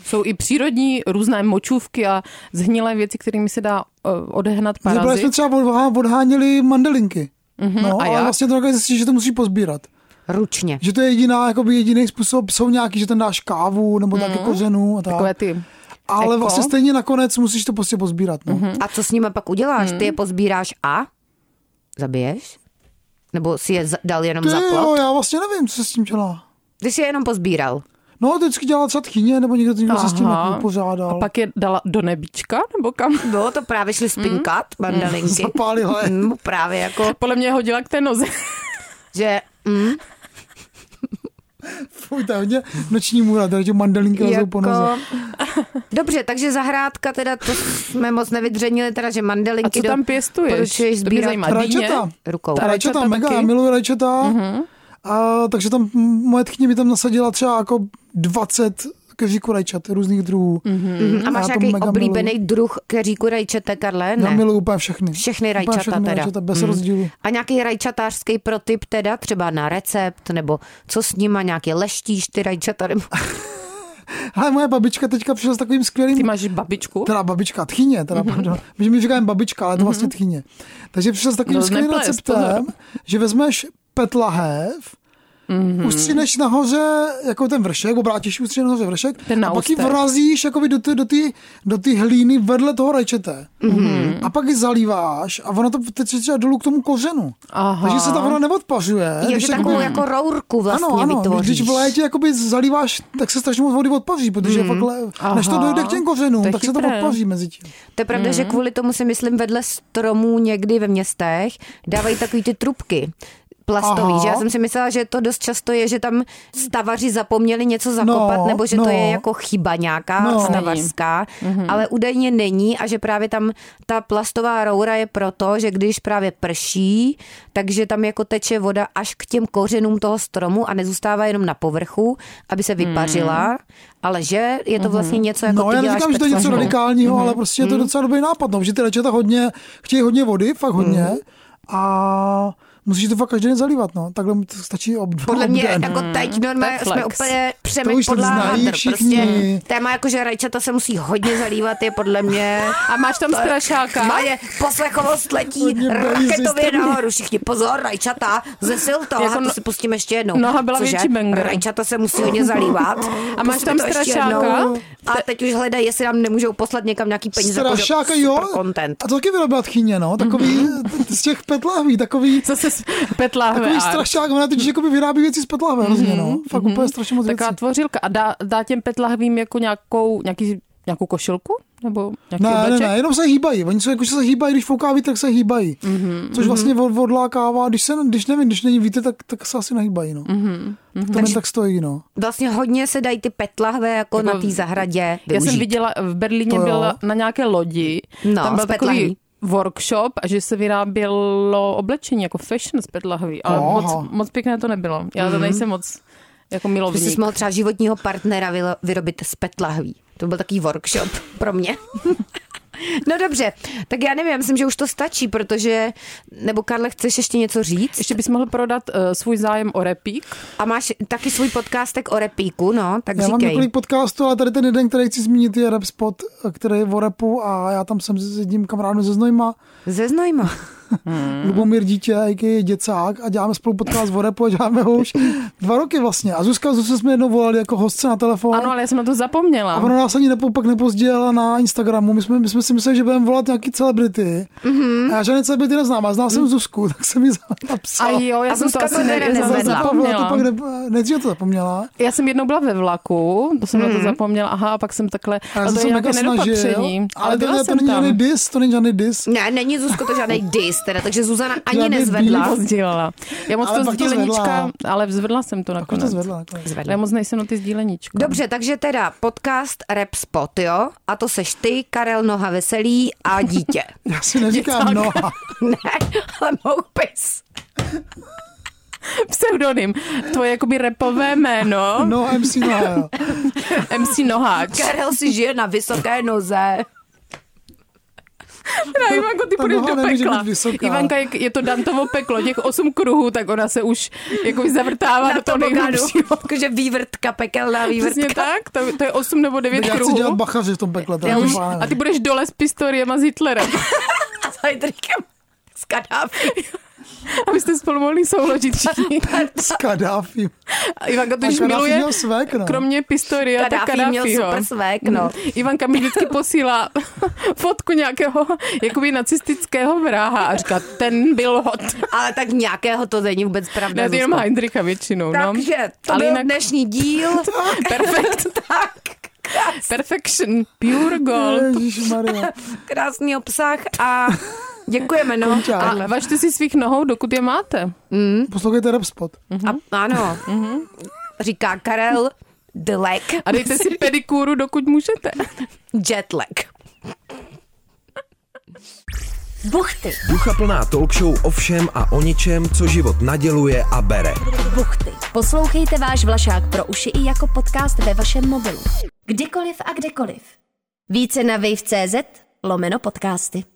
[SPEAKER 3] Jsou i přírodní různé močůvky a zhnilé věci, kterými se dá uh, odehnat
[SPEAKER 4] Zabrali jsme
[SPEAKER 3] parazit. Mhm.
[SPEAKER 4] třeba odhá- odháněli mandelinky. Mm-hmm. No,
[SPEAKER 3] a
[SPEAKER 4] ale
[SPEAKER 3] jak?
[SPEAKER 4] vlastně to nakonec zjistíš, že to musíš pozbírat.
[SPEAKER 1] Ručně.
[SPEAKER 4] Že to je jediná, jakoby jediný způsob, jsou nějaký, že ten dáš kávu nebo mm-hmm. taky kořenů a tak.
[SPEAKER 3] Mhm. Takové ty
[SPEAKER 4] ale
[SPEAKER 3] eko. Mhm.
[SPEAKER 4] vlastně stejně nakonec musíš to prostě pozbírat. No. Mm-hmm.
[SPEAKER 1] A co s nimi pak uděláš?
[SPEAKER 4] Hm?
[SPEAKER 1] Ty je pozbíráš a zabiješ? Nebo si je za- dal jenom
[SPEAKER 4] Ty
[SPEAKER 1] za
[SPEAKER 4] jo,
[SPEAKER 1] plot?
[SPEAKER 4] já vlastně nevím, co se s tím dělá.
[SPEAKER 1] Ty si je jenom pozbíral.
[SPEAKER 4] No, to vždycky dělala třeba tchyně, nebo někdo to někdo se s tím
[SPEAKER 3] Aha.
[SPEAKER 4] jako pořádal.
[SPEAKER 3] A pak je dala do nebíčka, nebo kam?
[SPEAKER 1] No, to právě šli
[SPEAKER 4] Hm?
[SPEAKER 1] spinkat, mm. mandalinky.
[SPEAKER 4] Zapálila je.
[SPEAKER 1] Mm, právě jako,
[SPEAKER 3] Podle mě hodila k té noze.
[SPEAKER 1] že... Mm,
[SPEAKER 4] Fuj, to je hodně noční můra, teda tě mandelinky lezou po noze.
[SPEAKER 1] Jako... Dobře, takže zahrádka, teda to jsme moc nevydřenili, teda, že
[SPEAKER 3] A
[SPEAKER 1] mandelinky
[SPEAKER 3] co tam pěstuješ?
[SPEAKER 1] Poručuješ
[SPEAKER 3] To mě
[SPEAKER 1] sbírat
[SPEAKER 3] zajímá. Dýně?
[SPEAKER 4] Rajčata.
[SPEAKER 1] rukou.
[SPEAKER 3] Ta-
[SPEAKER 4] Rajčata,
[SPEAKER 3] rajčata
[SPEAKER 4] mega,
[SPEAKER 3] taky?
[SPEAKER 4] já miluji rajčata. A, takže tam m, moje tchně mi tam nasadila třeba jako 20 keříku rajčat různých druhů.
[SPEAKER 1] Mhm. A máš
[SPEAKER 4] Já to
[SPEAKER 1] nějaký
[SPEAKER 4] mega
[SPEAKER 1] oblíbený
[SPEAKER 4] miluju.
[SPEAKER 1] druh keříku rajčete, Karle?
[SPEAKER 4] Já
[SPEAKER 1] Ne.
[SPEAKER 4] miluji úplně všechny.
[SPEAKER 1] Všechny
[SPEAKER 4] Úplně
[SPEAKER 1] rajčata
[SPEAKER 4] všechny
[SPEAKER 1] teda.
[SPEAKER 4] Rajčata, bez
[SPEAKER 3] Hmm.
[SPEAKER 1] Mm.
[SPEAKER 4] rozdílu.
[SPEAKER 1] A nějaký rajčatářský protip teda, třeba na recept, nebo co s nima, nějaký leštíš ty rajčata, nebo
[SPEAKER 4] Ale moje babička teďka přišla s takovým skvělým
[SPEAKER 3] Ty máš babičku? Mhm.
[SPEAKER 4] Teda babička, tchyně, teda, mm-hmm. pardon. My, my říkáme babička, ale je to vlastně tchyně. Takže přišel s takovým
[SPEAKER 3] No,
[SPEAKER 4] skvělým
[SPEAKER 3] neples, pozor.
[SPEAKER 4] receptem, že vezmeš pet lahev,
[SPEAKER 3] Mhm.
[SPEAKER 4] mm-hmm. ustřineš nahoře jako ten vršek, obrátíš ustřineš nahoře vršek
[SPEAKER 3] Ten
[SPEAKER 4] a pak ji
[SPEAKER 3] naustek.
[SPEAKER 4] vrazíš jakoby do ty, do ty, do ty hlíny vedle toho rajčete.
[SPEAKER 3] Mhm.
[SPEAKER 4] Mm-hmm. A pak ji zalíváš a ono to teče třeba dolů k tomu kořenu.
[SPEAKER 3] Aha.
[SPEAKER 4] Takže se ta voda neodpařuje.
[SPEAKER 1] je, že takovou jako rourku vlastně
[SPEAKER 4] ano, ano,
[SPEAKER 1] vytvoříš.
[SPEAKER 4] když v létě jakoby zalíváš, tak se strašně moc vody odpaří, protože
[SPEAKER 1] Hmm.
[SPEAKER 4] mm. fakt, le- než to
[SPEAKER 3] Aha.
[SPEAKER 4] dojde k těm kořenům,
[SPEAKER 3] To je
[SPEAKER 4] tak se to
[SPEAKER 3] chytré.
[SPEAKER 4] odpaří mezi tím.
[SPEAKER 1] To je pravda,
[SPEAKER 4] Mhm.
[SPEAKER 1] že kvůli tomu si myslím vedle stromů někdy ve městech dávají takový ty trubky plastový,
[SPEAKER 4] Aha.
[SPEAKER 1] že já jsem si myslela, že to dost často je, že tam stavaři zapomněli něco zakopat,
[SPEAKER 4] No,
[SPEAKER 1] nebo že to
[SPEAKER 4] no.
[SPEAKER 1] je jako chyba nějaká
[SPEAKER 4] No. Mhm.
[SPEAKER 1] stavařská, ale údajně není a že právě tam ta plastová roura je proto, že když právě prší, takže tam jako teče voda až k těm kořenům toho stromu a nezůstává jenom na povrchu, aby se vypařila, ale že je to vlastně něco jako
[SPEAKER 4] Hmm.
[SPEAKER 1] Hmm.
[SPEAKER 4] No,
[SPEAKER 1] ty
[SPEAKER 4] já
[SPEAKER 1] děláš
[SPEAKER 4] neříkám, že to je
[SPEAKER 1] pecvařkou.
[SPEAKER 4] něco radikálního, ale prostě je to docela dobrý nápad, no, že ty rajčata hodně, chtějí hodně vody, fakt
[SPEAKER 1] Hmm.
[SPEAKER 4] hodně, a musíš to fakt každý den zalívat, no, takhle mu to stačí ob,
[SPEAKER 1] Podle mě
[SPEAKER 4] obden.
[SPEAKER 1] jako teď normálně
[SPEAKER 3] Mm, To je
[SPEAKER 1] jsme
[SPEAKER 3] flex.
[SPEAKER 1] úplně přemi
[SPEAKER 4] No, To už
[SPEAKER 1] podle
[SPEAKER 4] znají
[SPEAKER 1] hadr. Prostě
[SPEAKER 4] všichni.
[SPEAKER 1] téma jako, že rajčata se musí hodně zalívat je podle mě.
[SPEAKER 3] A máš tam strašáka?
[SPEAKER 1] Moje poslechovost letí
[SPEAKER 4] Hodně baví
[SPEAKER 1] raketově
[SPEAKER 4] systému.
[SPEAKER 1] nahoru. Všichni pozor, rajčata, zesil to. Aha,
[SPEAKER 3] Jako
[SPEAKER 1] to
[SPEAKER 3] no-
[SPEAKER 1] si pustím ještě jednou.
[SPEAKER 3] noha byla
[SPEAKER 1] Cože?
[SPEAKER 3] větší banger.
[SPEAKER 1] Rajčata se musí hodně zalívat.
[SPEAKER 3] A máš
[SPEAKER 1] Pustíme
[SPEAKER 3] tam
[SPEAKER 1] to ještě
[SPEAKER 3] strašáka?
[SPEAKER 1] jednou. A teď už hledají, jestli nám nemůžou poslat někam nějaký peníze. protože
[SPEAKER 4] Strašáka,
[SPEAKER 1] super
[SPEAKER 4] jo.
[SPEAKER 1] Content. Hmm.
[SPEAKER 4] A to taky vyrobila tchyně, no, takový t- z těch petlahví, takový,
[SPEAKER 3] Zase s- petláhve
[SPEAKER 4] takový
[SPEAKER 3] a
[SPEAKER 4] strašák, ona totiž jakoby vyrábí věci z petlahve, hrozně,
[SPEAKER 1] Hmm.
[SPEAKER 4] no, fakt úplně strašně moc věcí.
[SPEAKER 3] taková tvořilka. A dá, dá těm petlahvím jako nějakou, nějaký, nějakou košilku? Nebo nějaký
[SPEAKER 4] Ne, ne,
[SPEAKER 3] obleček?
[SPEAKER 4] ne, jenom se hýbají. Oni jsou jako, že se hýbají, když fouká vítr, tak se hýbají. Mm-hmm, což vlastně od, odlákává, když, se, když nevím, když není vítr, tak, tak se asi nehýbají, no. Mm-hmm, tak to jen tak stojí, no.
[SPEAKER 1] Vlastně hodně se dají ty petlahve jako na té zahradě
[SPEAKER 3] Já
[SPEAKER 1] využít.
[SPEAKER 3] jsem viděla, v Berlíně
[SPEAKER 4] To jo.
[SPEAKER 3] byla na nějaké lodi,
[SPEAKER 1] No,
[SPEAKER 3] tam byl
[SPEAKER 1] z petlahví.
[SPEAKER 3] takový workshop, a že se vyrábělo oblečení jako fashion z petlahví, ale
[SPEAKER 4] Aha.
[SPEAKER 3] moc, moc pěkné to nebylo. Já
[SPEAKER 4] Mhm.
[SPEAKER 3] to nejsem moc jako
[SPEAKER 1] Že jsi
[SPEAKER 3] milovník.
[SPEAKER 1] mohl třeba životního partnera vylo- vyrobit z petlahví. To byl takový workshop pro mě. No dobře, tak já nevím, já myslím, že už to stačí, protože, nebo Karle, chceš ještě něco říct?
[SPEAKER 3] Ještě bys mohl prodat uh, svůj zájem o repík.
[SPEAKER 1] A máš taky svůj podcastek o repíku, no, tak
[SPEAKER 4] Já mám
[SPEAKER 1] říkej.
[SPEAKER 4] několik podcastů, ale tady ten jeden, který chci zmínit, je Rap Spot, který je o repu a já tam jsem s jedním kamarádem ze Znojma,
[SPEAKER 1] Ze Znojma.
[SPEAKER 4] Lubomír Dítě, jaký je děcák a děláme spolu podcast o repu a děláme ho už dva roky vlastně. A Zuzka, Zuzka jsme jednou volali jako hostce na telefon.
[SPEAKER 3] Ano, ale já jsem na to zapomněla.
[SPEAKER 4] A ona nás ani nepo, pak nepozdělala na Instagramu. My jsme, my jsme si mysleli, že budeme volat nějaký celebrity. Mm-hmm. A já žádné celebrity neznám. A znal jsem Zuzku, tak jsem ji za-
[SPEAKER 3] A
[SPEAKER 4] napsal.
[SPEAKER 3] jo, já
[SPEAKER 1] A
[SPEAKER 3] jsem
[SPEAKER 1] Zuzka
[SPEAKER 3] to
[SPEAKER 1] to
[SPEAKER 3] asi
[SPEAKER 1] teda
[SPEAKER 3] ne, já jsem to
[SPEAKER 1] nezvedla.
[SPEAKER 4] Zapomněla to
[SPEAKER 3] zapomněla.
[SPEAKER 4] pak, ne, nejdřív to zapomněla.
[SPEAKER 3] Já jsem jednou byla ve vlaku, to jsem na to zapomněla, aha, a pak jsem takhle,
[SPEAKER 4] A já
[SPEAKER 3] ale
[SPEAKER 4] Mhm. jsem
[SPEAKER 3] to
[SPEAKER 4] se
[SPEAKER 3] je nějaké
[SPEAKER 4] mega snažil.
[SPEAKER 3] nedopatření.
[SPEAKER 4] Ale to,
[SPEAKER 3] byla
[SPEAKER 4] ne- to
[SPEAKER 3] jsem
[SPEAKER 4] není žádný
[SPEAKER 3] tam.
[SPEAKER 4] dis, to není žádný dis.
[SPEAKER 1] Ne, není Zuzko to žádný dis, teda, takže Zuzana ani
[SPEAKER 4] Žádný
[SPEAKER 1] nezvedla.
[SPEAKER 4] diss.
[SPEAKER 3] Sdílela. Já moc
[SPEAKER 4] Ale
[SPEAKER 3] ale to
[SPEAKER 4] pak to
[SPEAKER 3] sdíleníčka,
[SPEAKER 4] zvedla.
[SPEAKER 3] ale zvedla jsem to
[SPEAKER 4] Už
[SPEAKER 3] nakonec.
[SPEAKER 4] to zvedla nakonec.
[SPEAKER 3] Ale já moc nejsem na ty sdíleníčka.
[SPEAKER 1] Dobře, takže teda podcast Rap Spot, jo? A to seš ty, Karel Noha Veselý a dítě.
[SPEAKER 4] Já si neříkám, no.
[SPEAKER 3] Děcák.
[SPEAKER 1] ne, ale moupis.
[SPEAKER 3] Pseudonym. Tvoje jakoby repové jméno. No.
[SPEAKER 4] No, MC no.
[SPEAKER 3] MC Noháč.
[SPEAKER 1] Karel si žije na vysoké noze.
[SPEAKER 3] Na Ivanko, ty
[SPEAKER 4] Ta
[SPEAKER 3] půjdeš
[SPEAKER 4] noha
[SPEAKER 3] do
[SPEAKER 4] nemůže
[SPEAKER 3] pekla.
[SPEAKER 4] být vysoká.
[SPEAKER 3] Ivanka, jak je to Dantovo peklo, těch osm kruhů, tak ona se už jako zavrtává
[SPEAKER 1] na
[SPEAKER 3] do toho
[SPEAKER 1] to bokádu.
[SPEAKER 3] nejhlubšího.
[SPEAKER 1] Jakože vývrtka, pekelná
[SPEAKER 3] Přesně
[SPEAKER 1] vývrtka.
[SPEAKER 3] tak, to, to je osm nebo devět
[SPEAKER 4] Já chci dělat
[SPEAKER 3] kruhů.
[SPEAKER 4] bachaře v tom pekle. To
[SPEAKER 1] Já
[SPEAKER 4] je
[SPEAKER 1] už-
[SPEAKER 4] fajn.
[SPEAKER 3] A ty budeš dole s pistoriem a s Hitlerem,
[SPEAKER 1] A s Heidrichem. S Kadáfi.
[SPEAKER 3] abyste spolu mohli souložit všichni.
[SPEAKER 4] S Kadáfím.
[SPEAKER 3] A Ivanka to
[SPEAKER 4] A
[SPEAKER 3] už
[SPEAKER 4] Kadáfi
[SPEAKER 3] miluje,
[SPEAKER 4] měl svek, no.
[SPEAKER 3] kromě Pistoria, tak
[SPEAKER 1] Kadáfi měl
[SPEAKER 3] Kadáfiho.
[SPEAKER 1] super svek, no.
[SPEAKER 3] Ivanka mi vždycky posílá fotku nějakého jakoby nacistického vraha a říká, ten byl hot.
[SPEAKER 1] Ale tak nějakého to není vůbec pravda.
[SPEAKER 3] Ne, to jenom
[SPEAKER 1] Zuzko.
[SPEAKER 3] Heinricha většinou. no.
[SPEAKER 1] Takže to byl dnešní díl.
[SPEAKER 3] Perfekt.
[SPEAKER 1] tak, krás,
[SPEAKER 3] Perfection. Pure gold.
[SPEAKER 4] Ježišmarja.
[SPEAKER 1] krásný obsah a děkujeme, no. A,
[SPEAKER 3] A važte si svých nohou, dokud je máte. Mhm.
[SPEAKER 4] Poslouchejte Rap Spot.
[SPEAKER 1] a, ano. říká Karel, delek,
[SPEAKER 3] A dejte si pedikúru, dokud můžete.
[SPEAKER 1] jetlag.
[SPEAKER 5] Buchty,
[SPEAKER 2] Duchaplná talk show o všem a o ničem, co život naděluje a bere.
[SPEAKER 5] buchty. Poslouchejte váš Vlašák pro uši i jako podcast ve vašem mobilu. Kdykoliv a kdekoliv. Více na wave.cz lomeno podcasty.